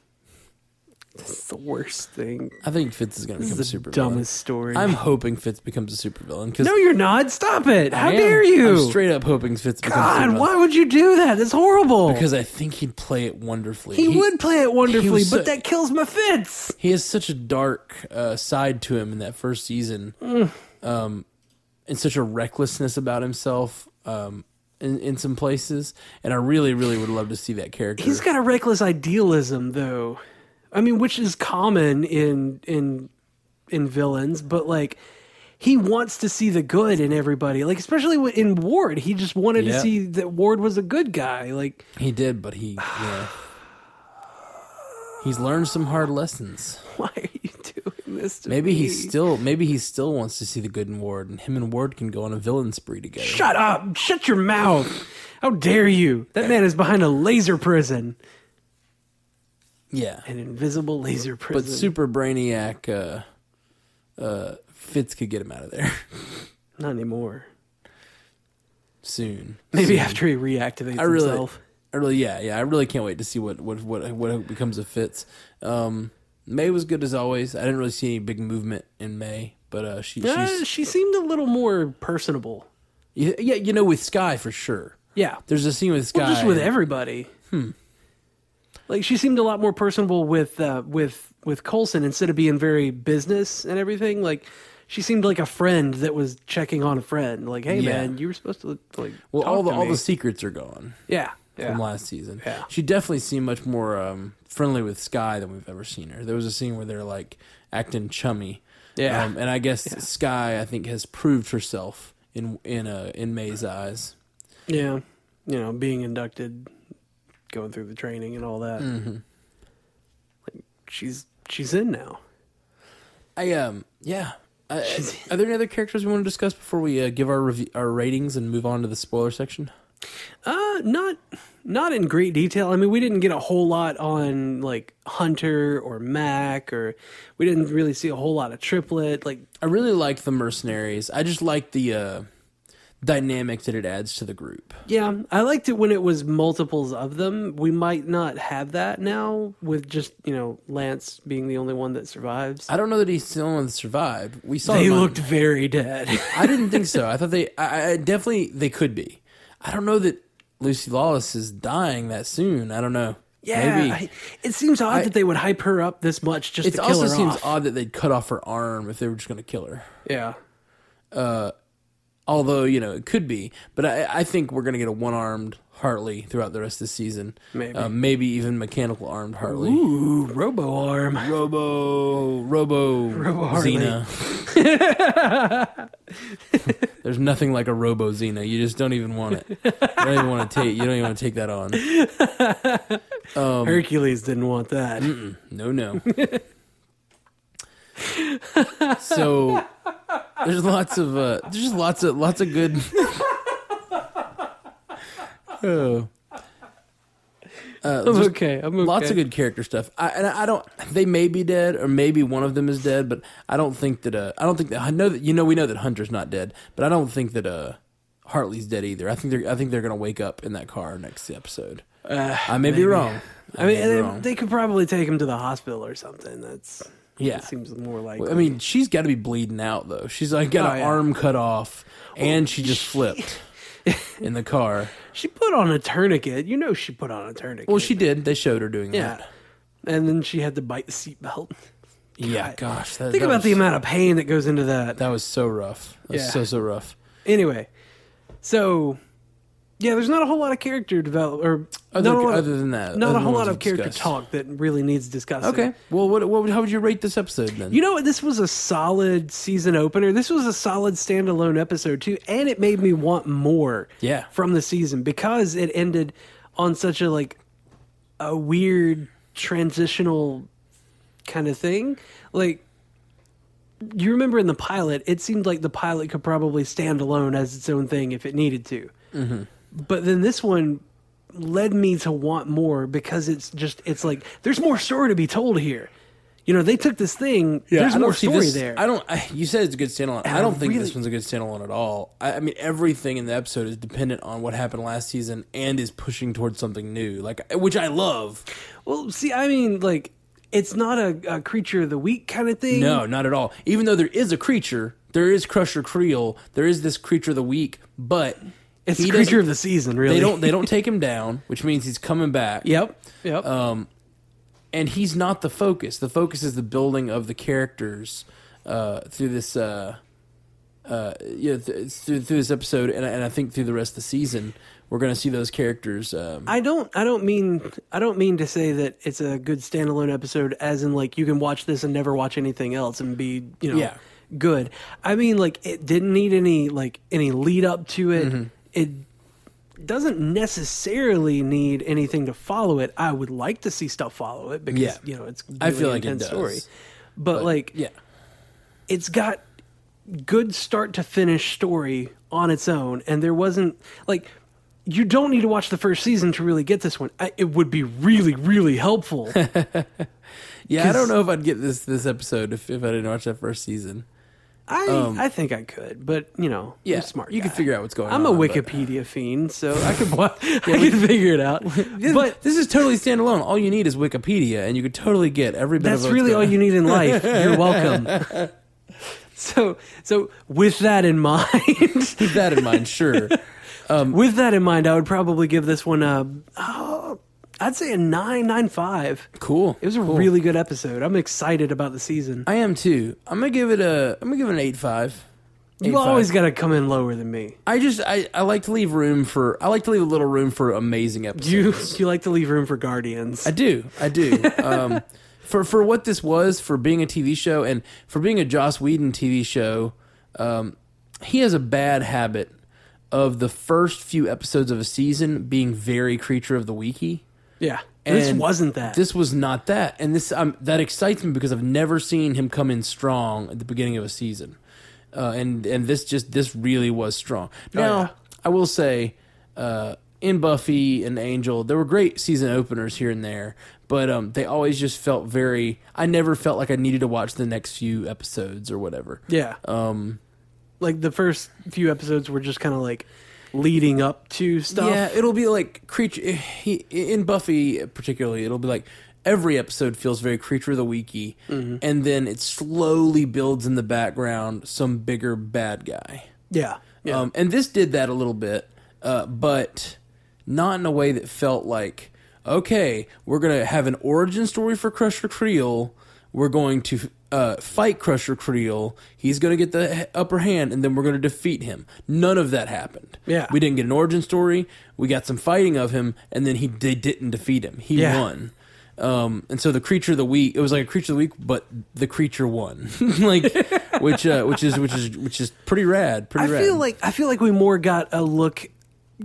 B: It's the worst thing.
A: I think Fitz is going to
B: This
A: become
B: is the
A: a supervillain.
B: dumbest story.
A: I'm hoping Fitz becomes a supervillain because
B: no, you're not. Stop it! How dare you?
A: I'm straight up hoping Fitz becomes a
B: God,
A: supervillain
B: why would you do that? That's horrible.
A: because I think he'd play it wonderfully.
B: he, would play it wonderfully,
A: was
B: but
A: so-
B: that kills my fits.
A: He has such a dark uh, side to him in that first season, um, and such a recklessness about himself um, in, in some places. And I really, really would love to see that character.
B: He's got a reckless idealism, though. I mean, which is common in in in villains, but like he wants to see the good in everybody. Like especially wi- in Ward, he just wanted to
A: Yeah.
B: see that Ward was a good guy. Like
A: he did, but he, yeah, he's learned some hard lessons.
B: why are you doing this? To
A: Maybe
B: me?
A: he still, maybe he still wants to see the good in Ward, and him and Ward can go on a villain spree together.
B: Shut up! Shut your mouth! How dare you? That man is behind a laser prison,
A: Yeah,
B: an invisible laser
A: but
B: prison.
A: Super Brainiac uh, uh, Fitz could get him out of there
B: Not anymore.
A: soon.
B: Maybe
A: Soon.
B: after he reactivates
A: I really,
B: himself.
A: I really, yeah, yeah. I really can't wait to see what what what what becomes of Fitz. Um, May was good as always. I didn't really see any big movement in May, but uh, she,
B: Uh,
A: she's
B: she seemed a little more personable.
A: yeah, yeah, you know, with Sky for sure.
B: Yeah.
A: There's a scene with Sky.
B: Well, just with everybody. Hmm. Like she seemed a lot more personable with uh, with with Colson instead of being very business and everything. Like she seemed like a friend that was checking on a friend. Like, hey
A: Yeah.
B: man, you were supposed to like
A: well,
B: talk
A: all the
B: to
A: all
B: me.
A: the secrets are gone
B: yeah
A: from
B: yeah.
A: last season.
B: Yeah.
A: She definitely seemed much more um, friendly with Sky than we've ever seen her. There was a scene where they're like acting chummy.
B: Yeah.
A: Um, and I guess Sky, I think, has proved herself in in uh, in May's eyes.
B: yeah you know being inducted, going through the training and all that. Like she's she's in now.
A: I um yeah. I, are there any other characters we want to discuss before we uh, give our rev- our ratings and move on to the spoiler section?
B: Uh, not not in great detail. I mean, we didn't get a whole lot on like Hunter or Mac, or we didn't really see a whole lot of Triplet. Like,
A: I really like the mercenaries. I just like the uh, dynamic that it adds to the group.
B: yeah, I liked it when it was multiples of them. We might not have that now with just you know Lance being the only one that survives.
A: I don't know that he's the only one that survived. We saw
B: they
A: him on-
B: looked very dead.
A: I didn't think so. I thought they. I, I definitely they could be. I don't know that Lucy Lawless is dying that soon. I don't know.
B: yeah,
A: Maybe.
B: I- it seems odd that they would hype her up this much just
A: it
B: to kill
A: also
B: her
A: seems
B: off.
A: odd that they'd cut off her arm if they were just going to kill her.
B: Yeah,
A: Although you know it could be, but I, I think we're going to get a one-armed Hartley throughout the rest of the season.
B: Maybe.
A: uh, maybe even mechanical armed Hartley.
B: Ooh, Robo Arm.
A: Robo, Robo,
B: Robo Hartley.
A: Xena. There's nothing like a Robo Xena. You just don't even want it. You don't even want to take. You don't even want to take that on.
B: Hercules didn't want that.
A: No, no. so there's lots of uh, there's just lots of lots of good. oh. Uh,
B: I'm okay. I'm okay.
A: Lots of good character stuff. I, and I don't. They may be dead, or maybe one of them is dead. But I don't think that. Uh, I don't think that. I know that you know. We know that Hunter's not dead, but I don't think that uh, Hartley's dead either. I think they're. I think they're gonna wake up in that car next episode.
B: Uh,
A: I may be wrong.
B: I mean,
A: may be
B: they,
A: wrong.
B: they could probably take him to the hospital or something. That's
A: Yeah.
B: that seems more likely.
A: I mean, she's got to be bleeding out though. She's like got
B: Oh,
A: an
B: yeah. Oh,
A: arm cut off, and she just flipped in the car.
B: she put on a tourniquet. You know, she put on a tourniquet.
A: Well, she did. They showed her doing
B: yeah,
A: that.
B: and then she had to bite the seatbelt.
A: Yeah, gosh, that,
B: Think
A: that
B: about
A: was,
B: the amount of pain that goes into that.
A: That was so rough. That was
B: Yeah.
A: so so rough.
B: Anyway, so yeah, there's not a whole lot of character develop or
A: Other,
B: not a lot of-
A: other than that,
B: not
A: other
B: a whole
A: ones
B: lot
A: we've
B: of character
A: discussed.
B: talk that really needs discussing.
A: Okay. Well, what, what would- how would you rate this episode then?
B: You know what? This was a solid season opener. This was a solid standalone episode too, and it made me want more.
A: Yeah.
B: From the season because it ended on such a like a weird transitional kind of thing. Like you remember in the pilot, it seemed like the pilot could probably stand alone as its own thing if it needed to.
A: Mm-hmm.
B: But then this one led me to want more because it's just it's like there's more story to be told here. You know, they took this thing. there's
A: I don't
B: more
A: see
B: story
A: this-
B: there.
A: I don't. I, you said it's a good standalone. I
B: I
A: don't think this
B: really-
A: one's a good standalone at all. I, I mean, everything in the episode is dependent on what happened last season and is pushing towards something new, like which I love.
B: well, see, I mean, like it's not a, a creature of the week kind of thing.
A: No, not at all. Even though there is a creature, there is Crusher Creel, there is this creature of the week, but
B: it's
A: he
B: a
A: doesn't-
B: creature of the season. Really,
A: They don't. They don't take him down, which means he's coming back.
B: Yep. Yep.
A: uh, and he's not the focus. The focus is the building of the characters uh, through this, uh, uh, you know, th- through, through this episode, and, I- and I think through the rest of the season, we're going to see those characters. Um,
B: I don't I don't mean I don't mean to say that it's a good standalone episode as in like you can watch this and never watch anything else and be, you know,
A: Yeah.
B: good. I mean like it didn't need any like any lead up to it.
A: Mm-hmm.
B: It doesn't necessarily need anything to follow it. I would like to see stuff follow it because
A: Yeah.
B: you know, it's really
A: I feel like it
B: intense
A: does.
B: story. But, like
A: yeah,
B: it's got good start to finish story on its own and there wasn't like you don't need to watch the first season to really get this one I, it would be really really helpful
A: yeah. I
B: 'cause-
A: don't know if I'd get this this episode if, if I didn't watch that first season.
B: i i think i could but you know
A: Um, Yeah,
B: I'm a smart
A: You can
B: guy.
A: figure out what's going
B: i'm
A: on.
B: a
A: but-
B: wikipedia fiend so i could wa- i could figure it out but
A: But this is totally standalone. All you need is Wikipedia, and you could totally get every bit.
B: that's
A: of what's
B: really
A: going
B: all you need in life you're welcome so so with that in mind
A: Keep that in mind, sure.
B: with that in mind i would probably give this one a oh, i'd say a 995
A: Cool.
B: It was a really good episode. I'm excited about the season.
A: I am too. I'm gonna give it a. I'm gonna give it an eight five.
B: You always got to come in lower than me.
A: I just I, I like to leave room for I like to leave a little room for amazing episodes.
B: You you like to leave room for guardians.
A: I do. I do. um, for for what this was for being a TV show and for being a Joss Whedon TV show, um, he has a bad habit of the first few episodes of a season being very creature of the weeky.
B: yeah, this
A: And
B: wasn't that.
A: This was not that, and this um, that excites me because I've never seen him come in strong at the beginning of a season, uh, and and this just this really was strong. Now
B: Oh, yeah.
A: I will say, uh, in Buffy and Angel, there were great season openers here and there, but um, they always just felt very. I never felt like I needed to watch the next few episodes or whatever.
B: yeah,
A: Um,
B: like the first few episodes were just kind of like leading up to stuff.
A: Yeah, it'll be like creature eh, he, in Buffy particularly. It'll be like every episode feels very creature of the weeky, and then it slowly builds in the background some bigger bad guy.
B: yeah, yeah.
A: Um, and this did that a little bit, uh, but not in a way that felt like, okay, we're going to have an origin story for Crusher Creel. We're going to uh, fight Crusher Creel. He's going to get the h- upper hand, and then we're going to defeat him. None of that happened.
B: Yeah.
A: we didn't get an origin story. We got some fighting of him, and then he they didn't defeat him. He
B: Yeah.
A: won. Um, and so the creature of the week, it was like a creature of the week, but the creature won, like which uh, which is which is which is pretty rad.
B: I
A: Pretty rad.
B: feel like I feel like we more got a look,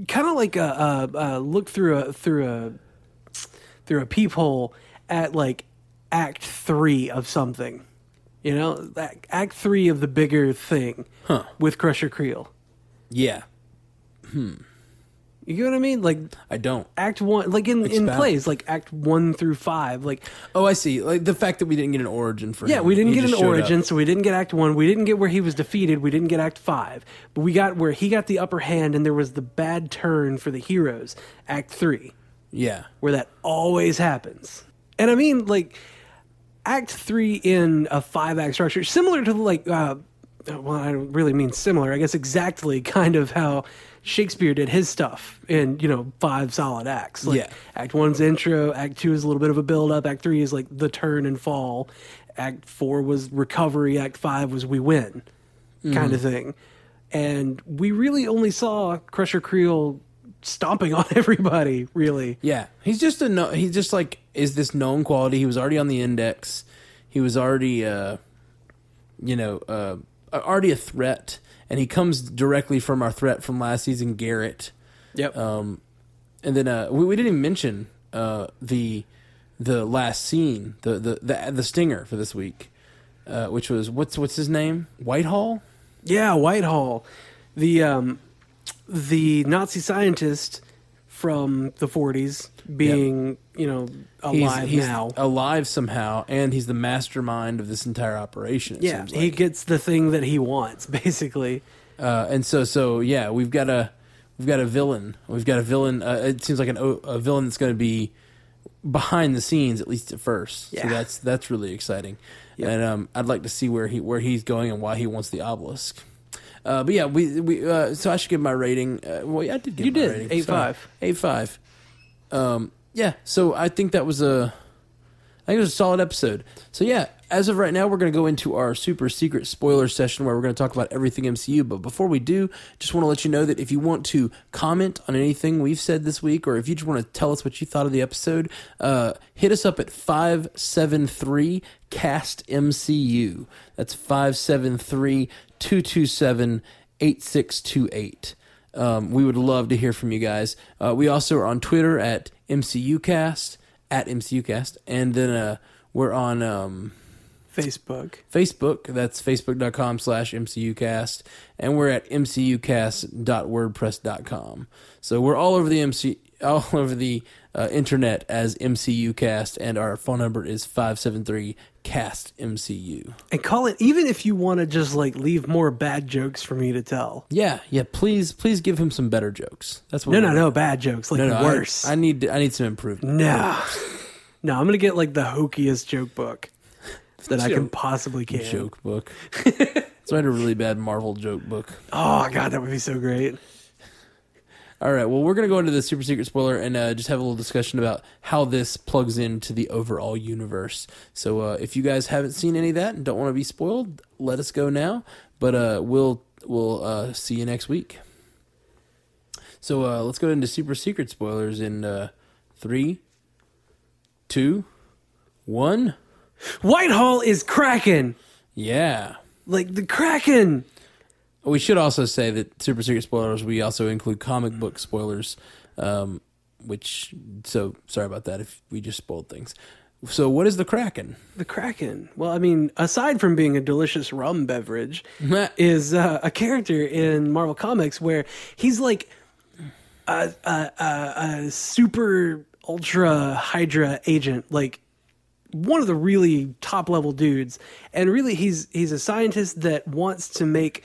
B: kind of like a, a, a look through a through a through a peephole at like Act Three of something, you know, that Act Three of the bigger thing
A: Huh.
B: with Crusher Creel.
A: yeah,
B: You get what I mean? Like
A: I don't.
B: Act One, like in in
A: Expound.
B: plays, like Act One through Five, like
A: Oh, I see. Like the fact that we didn't get an origin for
B: Yeah,
A: him.
B: we didn't
A: He
B: get
A: just
B: an
A: showed up.
B: origin, so we didn't get Act One. We didn't get where he was defeated. We didn't get Act Five, but we got where he got the upper hand, and there was the bad turn for the heroes. Act Three,
A: Yeah,
B: where that always happens. And I mean, like Act Three in a five act structure, similar to like, uh, well, I don't really mean similar. I guess exactly kind of how Shakespeare did his stuff in you know five solid acts. Like,
A: Yeah.
B: Act One's intro. Act Two is a little bit of a build up. Act Three is like the turn and fall. Act Four was recovery. Act Five was we win, kind of thing. And we really only saw Crusher Creel stomping on everybody. Really,
A: yeah. He's just a no. He's just like is this known quality? He was already on the index. He was already, uh, you know, uh, already a threat, and he comes directly from our threat from last season, Garrett.
B: yep.
A: and then uh, we, we didn't even mention uh, the the last scene, the the the, the stinger for this week, uh, which was what's what's his name? Whitehall.
B: Yeah, Whitehall, the um, the Nazi scientist from the 40s, being you know alive now.
A: alive somehow, and he's the mastermind of this entire operation. It
B: yeah,
A: seems
B: he
A: like.
B: gets the thing that he wants, basically.
A: uh, and so so yeah, we've got a we've got a villain. We've got a villain. Uh, it seems like an, o- a villain that's going to be behind the scenes at least at first.
B: Yeah.
A: So that's that's really exciting. And um, I'd like to see where he where he's going and why he wants the obelisk. Uh, but yeah, we we uh, so I should give my rating. Uh, well, yeah, I did give
B: You
A: my
B: did,
A: rating.
B: eight
A: Sorry.
B: five.
A: Eight five. Um, yeah, so I think that was a I think it was a solid episode. So yeah, as of right now, we're going to go into our super secret spoiler session where we're going to talk about everything MCU. But before we do, just want to let you know that if you want to comment on anything we've said this week, or if you just want to tell us what you thought of the episode, uh, hit us up at five seven three cast MCU. That's five seven three two two seven eight six two eight. Um, we would love to hear from you guys. Uh, we also are on Twitter at MCUcast, at MCUcast, and then uh, we're on um,
B: Facebook.
A: Facebook. That's facebook.com slash MCUcast, and we're at MCUcast.wordpress.com. So we're all over the MC, all over the uh, internet as MCUcast, and our phone number is 573 cast MCU.
B: And call it even if you want to just like leave more bad jokes for me to tell.
A: Yeah, yeah. Please, please give him some better jokes. That's what
B: No,
A: we
B: no,
A: want.
B: no, bad jokes like
A: No, no, I-
B: worse.
A: I need I need some improvement.
B: no, no, I'm gonna get like the hokiest joke book that I can
A: Joke.
B: possibly can.
A: joke book. so I had a really bad Marvel joke book.
B: Oh god, that would be so great.
A: All right, well, we're going to go into the super secret spoiler and uh, just have a little discussion about how this plugs into the overall universe. So uh, if you guys haven't seen any of that and don't want to be spoiled, let us go now. But uh, we'll we'll uh, see you next week. So uh, let's go into super secret spoilers in uh, three, two, one.
B: Whitehall is Kraken.
A: Yeah.
B: Like the Kraken.
A: We should also say that super secret spoilers. We also include comic book spoilers, um, which so sorry about that if we just spoiled things. So what is the Kraken?
B: The Kraken. Well, I mean, aside from being a delicious rum beverage, is uh, a character in Marvel Comics where he's like a, a, a, a super ultra Hydra agent, like one of the really top level dudes. And really, he's he's a scientist that wants to make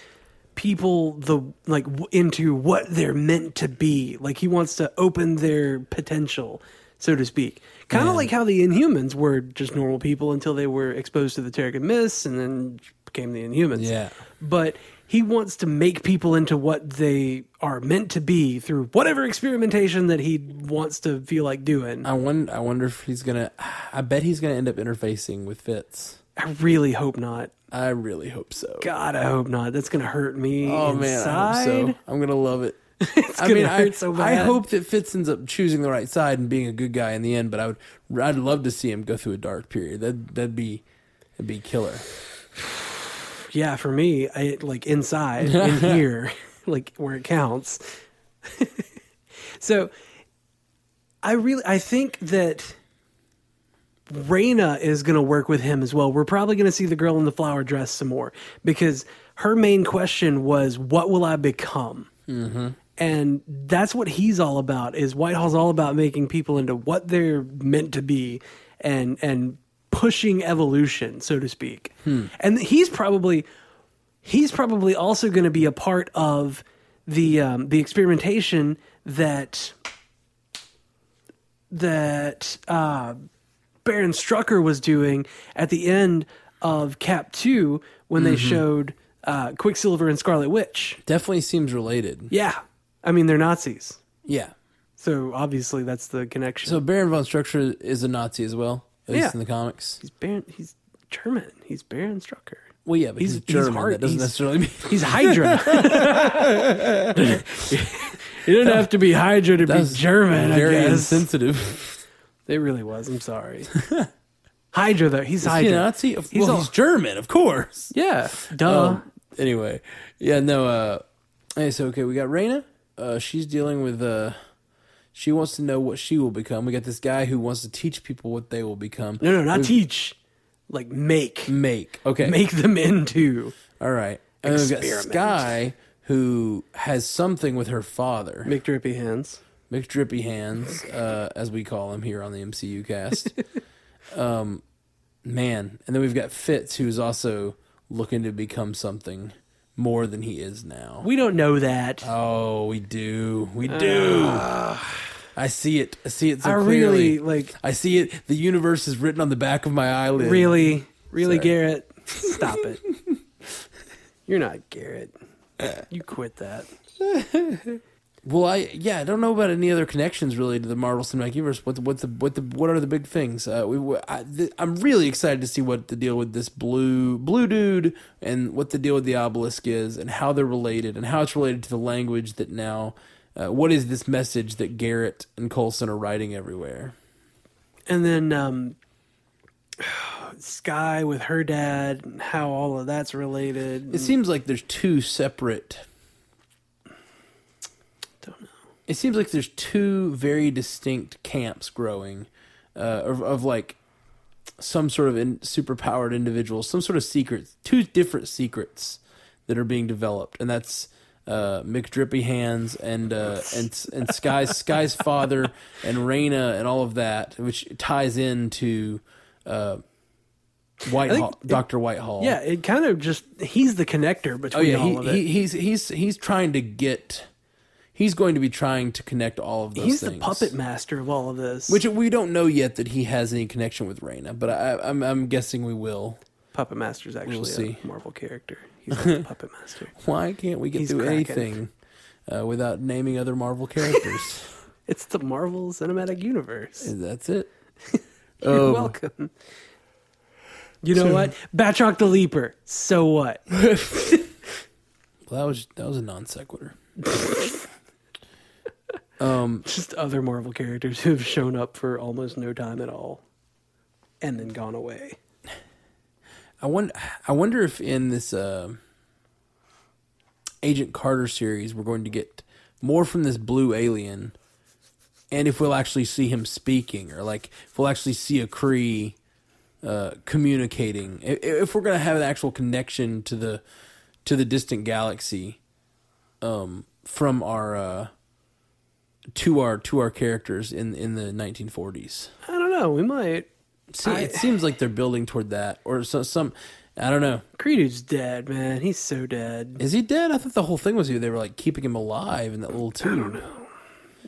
B: people the like w- into what they're meant to be. Like he wants to open their potential, so to speak. Kind of like how the Inhumans were just normal people until they were exposed to the Terrigen Mist and then became the Inhumans
A: Yeah.
B: but he wants to make people into what they are meant to be through whatever experimentation that he wants to feel like doing.
A: I wonder. I wonder if he's gonna. I bet he's gonna end up interfacing with Fitz.
B: I really hope not.
A: I really hope so.
B: God, I hope not. That's gonna hurt me.
A: Oh man, I hope
B: inside.
A: so. I'm gonna love it.
B: It's
A: I
B: gonna
A: mean,
B: hurt
A: I,
B: so
A: I
B: bad.
A: hope that Fitz ends up choosing the right side and being a good guy in the end. But I would, I'd love to see him go through a dark period. That that'd be, that'd be killer.
B: Yeah, for me, I like inside in here, like where it counts. so, I really, I think that Raina is going to work with him as well. We're probably going to see the girl in the flower dress some more because her main question was, "What will I become?" and that's what he's all about is whitehall's all about making people into what they're meant to be and and pushing evolution so to speak and he's probably he's probably also going to be a part of the um, the experimentation that that uh, Baron Strucker was doing at the end of Cap Two when they showed uh, Quicksilver and Scarlet Witch.
A: Definitely seems related.
B: Yeah. I mean, they're Nazis.
A: Yeah.
B: So obviously that's the connection.
A: So Baron von Strucker is a Nazi as well, at least
B: Yeah.
A: in the comics.
B: he's Baron, he's German. He's Baron Strucker.
A: Well, yeah, but he's,
B: He's- he's
A: German.
B: hard-
A: that doesn't
B: he's-
A: necessarily mean
B: He's Hydra. you didn't have to be Hydra to be
A: That's
B: German, I
A: Very
B: guess.
A: insensitive.
B: It really was. I'm sorry. Hydra, though. He's
A: Is he
B: Hydra.
A: a Nazi? Of-
B: He's
A: well,
B: all-
A: he's German, of course.
B: Yeah. Duh.
A: Um, anyway, yeah, no. Uh, hey, so okay, we got Raina. Uh, she's dealing with. Uh, she wants to know what she will become. We got this guy who wants to teach people what they will become.
B: no, no, not teach. Like, make.
A: Make okay.
B: Make them into.
A: All right. And then we got
B: Experiment.
A: Sky who has something with her father,
B: Make drippy hands.
A: McDrippy Hands, uh, as we call him here on the MCU cast. um, man, and then we've got Fitz who's also looking to become something more than he is now.
B: We don't know that.
A: Oh, we do. We do. I see it. I see it so
B: Uh, I
A: clearly.
B: really, like,
A: I see it. The universe is written on the back of my eyelid.
B: Really, really,
A: Sorry.
B: Garrett, stop it. You're not Garrett. You quit that.
A: Well, I yeah, I don't know about any other connections really to the Marvel Cinematic Universe. What the, what the what the what are the big things? Uh, we, we- I, th- I'm really excited to see what the deal with this blue blue dude and what the deal with the obelisk is and how they're related and how it's related to the language that now. Uh, what is this message that Garrett and Colson are writing everywhere?
B: And then um, Sky with her dad, and how all of that's related.
A: It seems like there's two separate.
B: Don't know.
A: It seems like there's two very distinct camps growing, uh, of, of like some sort of in, superpowered individuals, some sort of secrets, two different secrets that are being developed, and that's uh, McDrippy Hands and uh, and and Sky's Sky's father and Raina and all of that, which ties into uh, Whitehall, Doctor Whitehall.
B: Yeah, it kind of just he's the connector
A: Oh
B: between
A: yeah,
B: all
A: he,
B: of it.
A: he, he's he's he's trying to get. He's going to be trying to connect all of those.
B: he's the
A: things.
B: puppet master of all of this.
A: which we don't know yet that he has any connection with Reyna, but I, I'm I'm guessing we will.
B: puppet master's actually
A: see.
B: a Marvel character. He's like the puppet master.
A: Why can't we get
B: He's
A: through
B: cracking.
A: anything uh, without naming other Marvel characters?
B: It's the Marvel Cinematic Universe.
A: That's it.
B: You're
A: Um,
B: welcome. You know what? Batroc the Leaper. So what?
A: Well, that was that was a non sequitur.
B: Just other Marvel characters who have shown up for almost no time at all and then gone away.
A: I wonder. I wonder if in this uh, Agent Carter series, we're going to get more from this blue alien, and if we'll actually see him speaking, or like if we'll actually see a Cree uh, communicating. If, if we're going to have an actual connection to the to the distant galaxy, um, from our uh, to our to our characters in in the 1940s.
B: I don't know. We might.
A: See,
B: I-
A: it seems like they're building tord that, or so, some. I don't know.
B: Creedude's dead, man. He's so dead.
A: Is he dead? I thought the whole thing was they were like keeping him alive in that little tube.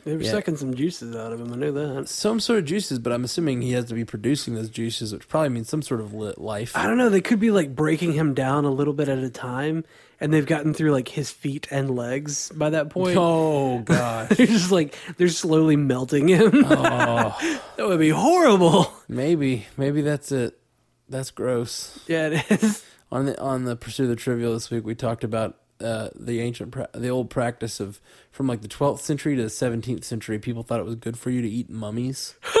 B: They were
A: Yeah.
B: sucking some juices out of him. I know that.
A: Some sort of juices, but I'm assuming he has to be producing those juices, which probably means some sort of lit life.
B: I don't know. They could be like breaking him down a little bit at a time, and they've gotten through like his feet and legs by that point.
A: Oh god,
B: They're just like they're slowly
A: Oh.
B: melting him. that would be horrible.
A: maybe, maybe that's it. That's gross.
B: Yeah, it is.
A: On the on the pursuit of the trivial this week, we talked about uh, the ancient, pra- the old practice of from like the 12th century to the 17th century. People thought it was good for you to eat mummies.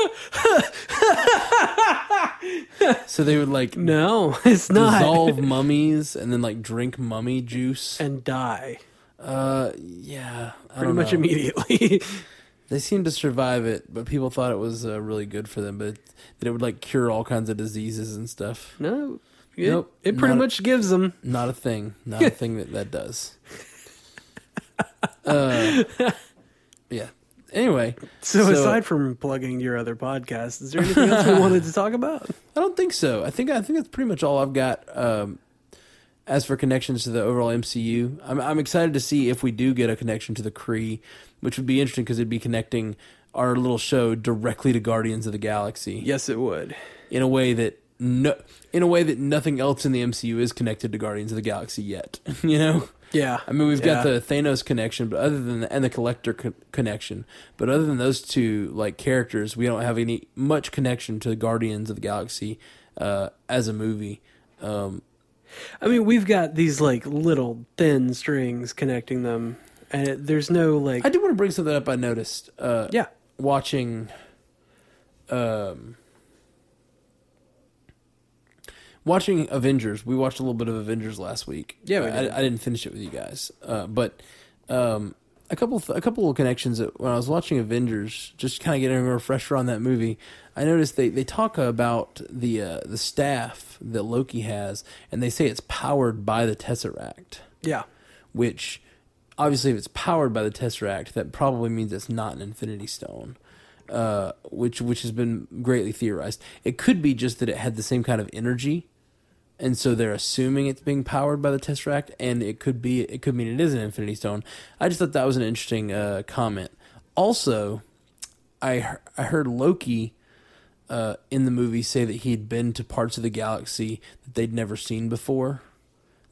A: so they would like
B: No, it's not.
A: dissolve mummies and then like drink mummy juice.
B: And die
A: Uh, yeah, I
B: pretty
A: don't
B: much
A: know.
B: immediately.
A: They seemed to survive it, but people thought it was uh, really good for them. But that it would like cure all kinds of diseases and stuff.
B: no. It,
A: Nope,
B: it pretty
A: not-
B: much gives them.
A: Not a thing. Not a thing that that does. Uh, yeah. Anyway,
B: So,
A: So-
B: aside from plugging your other podcast, is there anything else we wanted to talk about?
A: I don't think so. I think I think that's pretty much all I've got. Um, as for connections to the overall MCU, I'm I'm excited to see if we do get a connection to the Kree, which would be interesting because it'd be connecting our little show directly to Guardians of the Galaxy.
B: Yes, it would.
A: in a way that no, in a way that nothing else in the MCU is connected to Guardians of the Galaxy yet. you know,
B: Yeah.
A: I mean, we've got
B: Yeah.
A: the Thanos connection, but other than and the Collector co- connection, but other than those two like characters, we don't have any much connection to the Guardians of the Galaxy uh, as a movie. Um,
B: I mean, we've got these like little thin strings connecting them, and it, there's no like.
A: I do want to bring something up. I noticed uh,
B: yeah.
A: watching um watching Avengers. We watched a little bit of Avengers last week.
B: Yeah, we
A: I,
B: did.
A: I didn't finish it with you guys, uh, but um a couple a couple of connections that when I was watching Avengers, just kind of getting a refresher on that movie. I noticed they they talk about the uh, the staff that Loki has, and they say it's powered by the Tesseract
B: Yeah.
A: which obviously if it's powered by the Tesseract, that probably means it's not an Infinity Stone, uh, which which has been greatly theorized. It could be just that it had the same kind of energy, and so they're assuming it's being powered by the Tesseract, and it could be it could mean it is an Infinity Stone. I just thought that was an interesting uh, comment. Also, I he- I heard Loki. Uh, in the movie, say that he had been to parts of the galaxy that they'd never seen before,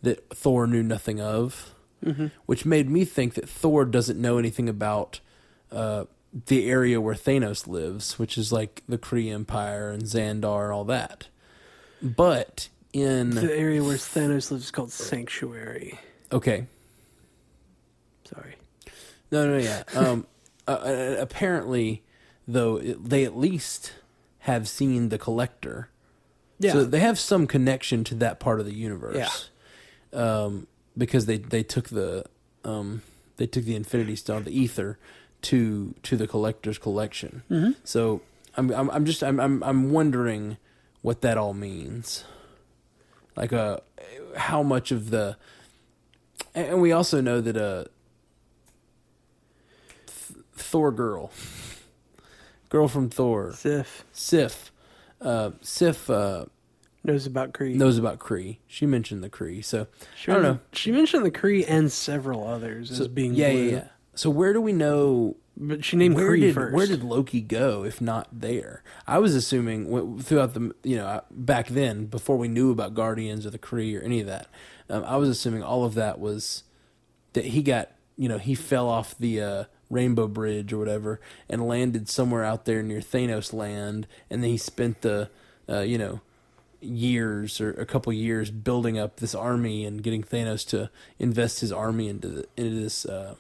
A: that Thor knew nothing of which made me think that Thor doesn't know anything about uh, the area where Thanos lives, which is like the Kree Empire and Xandar and all that. But in
B: The area where Thanos lives is called Sanctuary.
A: okay,
B: Sorry.
A: no, no, yeah. Um, uh, uh, apparently, though, it, they at least have seen the Collector,
B: Yeah.
A: so they have some connection to that part of the universe. Um, because they they took the um they took the Infinity Stone, the Ether, to to the Collector's collection.
B: Mhm.
A: So I'm I'm, I'm just I'm, I'm I'm wondering what that all means. Like uh, how much of the and and we also know that uh, Th- Thor girl, girl from Thor,
B: Sif
A: Sif, uh, Sif uh,
B: knows about Kree.
A: knows about Kree. She mentioned the Kree, so
B: she
A: I don't
B: mentioned- She mentioned the Kree and several others as being
A: yeah,
B: blue.
A: yeah, yeah. So where do we know
B: But she named
A: where
B: Kree
A: did
B: first.
A: where did Loki go if not there? I was assuming wh- throughout the you know back then before we knew about Guardians or the Kree or any of that, um, I was assuming all of that was that he got you know he fell off the uh, Rainbow Bridge or whatever and landed somewhere out there near Thanos land, and then he spent the uh, you know years or a couple years building up this army and getting Thanos to invest his army into the, into this. Uh,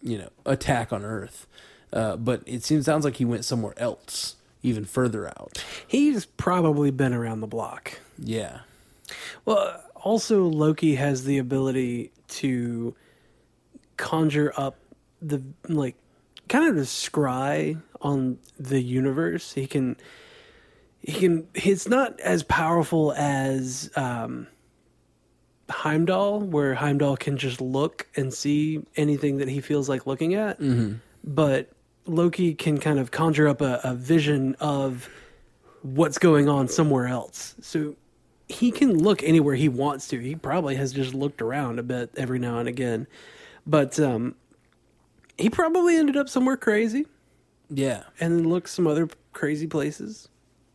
A: you know attack on Earth. Uh, but it seems sounds like he went somewhere else, even further out.
B: He's probably been around the block.
A: Yeah,
B: Well, also Loki has the ability to conjure up the like kind of the scry on the universe. He can he can it's not as powerful as um Heimdall where Heimdall can just look and see anything that he feels like looking at. But Loki can kind of conjure up a, a vision of what's going on somewhere else. So he can look anywhere he wants to. He probably has just looked around a bit every now and again. But um, he probably ended up somewhere crazy
A: yeah,
B: and then looked some other crazy places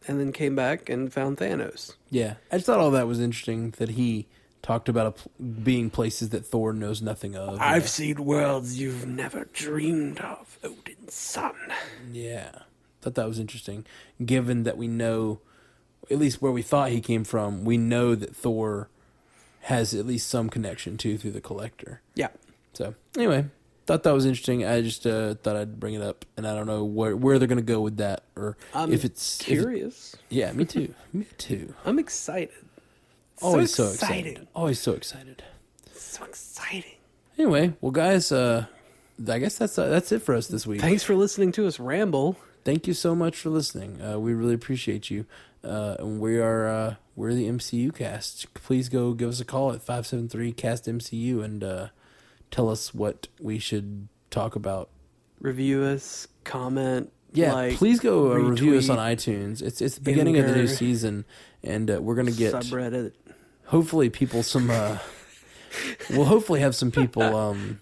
B: and then came back and found Thanos.
A: yeah. I just thought all that was interesting that he talked about a pl- being places that Thor knows nothing of.
B: I've seen worlds you've never dreamed of, Odin's son.
A: yeah, thought that was interesting, given that we know at least where we thought he came from, we know that Thor has at least some connection to through the Collector.
B: Yeah.
A: So anyway, thought that was interesting. I just uh, thought I'd bring it up, and I don't know where where they're gonna go with that, or
B: I'm
A: if it's if it-
B: Curious.
A: yeah, me too. me too.
B: I'm excited. Oh,
A: Always so,
B: exciting.
A: excited. Always so excited.
B: So exciting.
A: Anyway, well, guys, uh, I guess that's uh, that's it for us this week.
B: Thanks for listening to us ramble.
A: Thank you so much for listening. Uh, we really appreciate you. Uh, and we are uh, we're the MCU cast. Please go give us a call at five seven three cast MCU and uh, tell us what we should talk about.
B: Review us, comment.
A: Yeah,
B: like,
A: please go uh, review us
B: retweet,
A: on iTunes. It's it's the beginning of the new
B: Imgur.
A: season, and uh, we're gonna get
B: subreddit.
A: hopefully people some uh we'll hopefully have some people um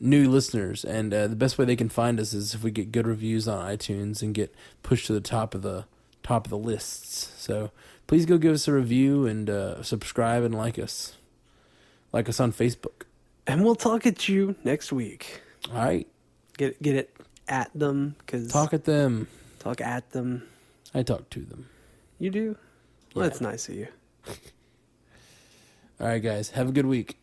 A: new listeners and uh, the best way they can find us is if we get good reviews on itunes and get pushed to the top of the top of the lists so please go give us a review and uh, subscribe and like us like us on facebook
B: And we'll talk at you next week.
A: all right
B: Get get it at them because
A: talk at them
B: talk at them.
A: i talk to them
B: You do. Well,
A: Yeah.
B: That's nice of you.
A: all right guys have a good week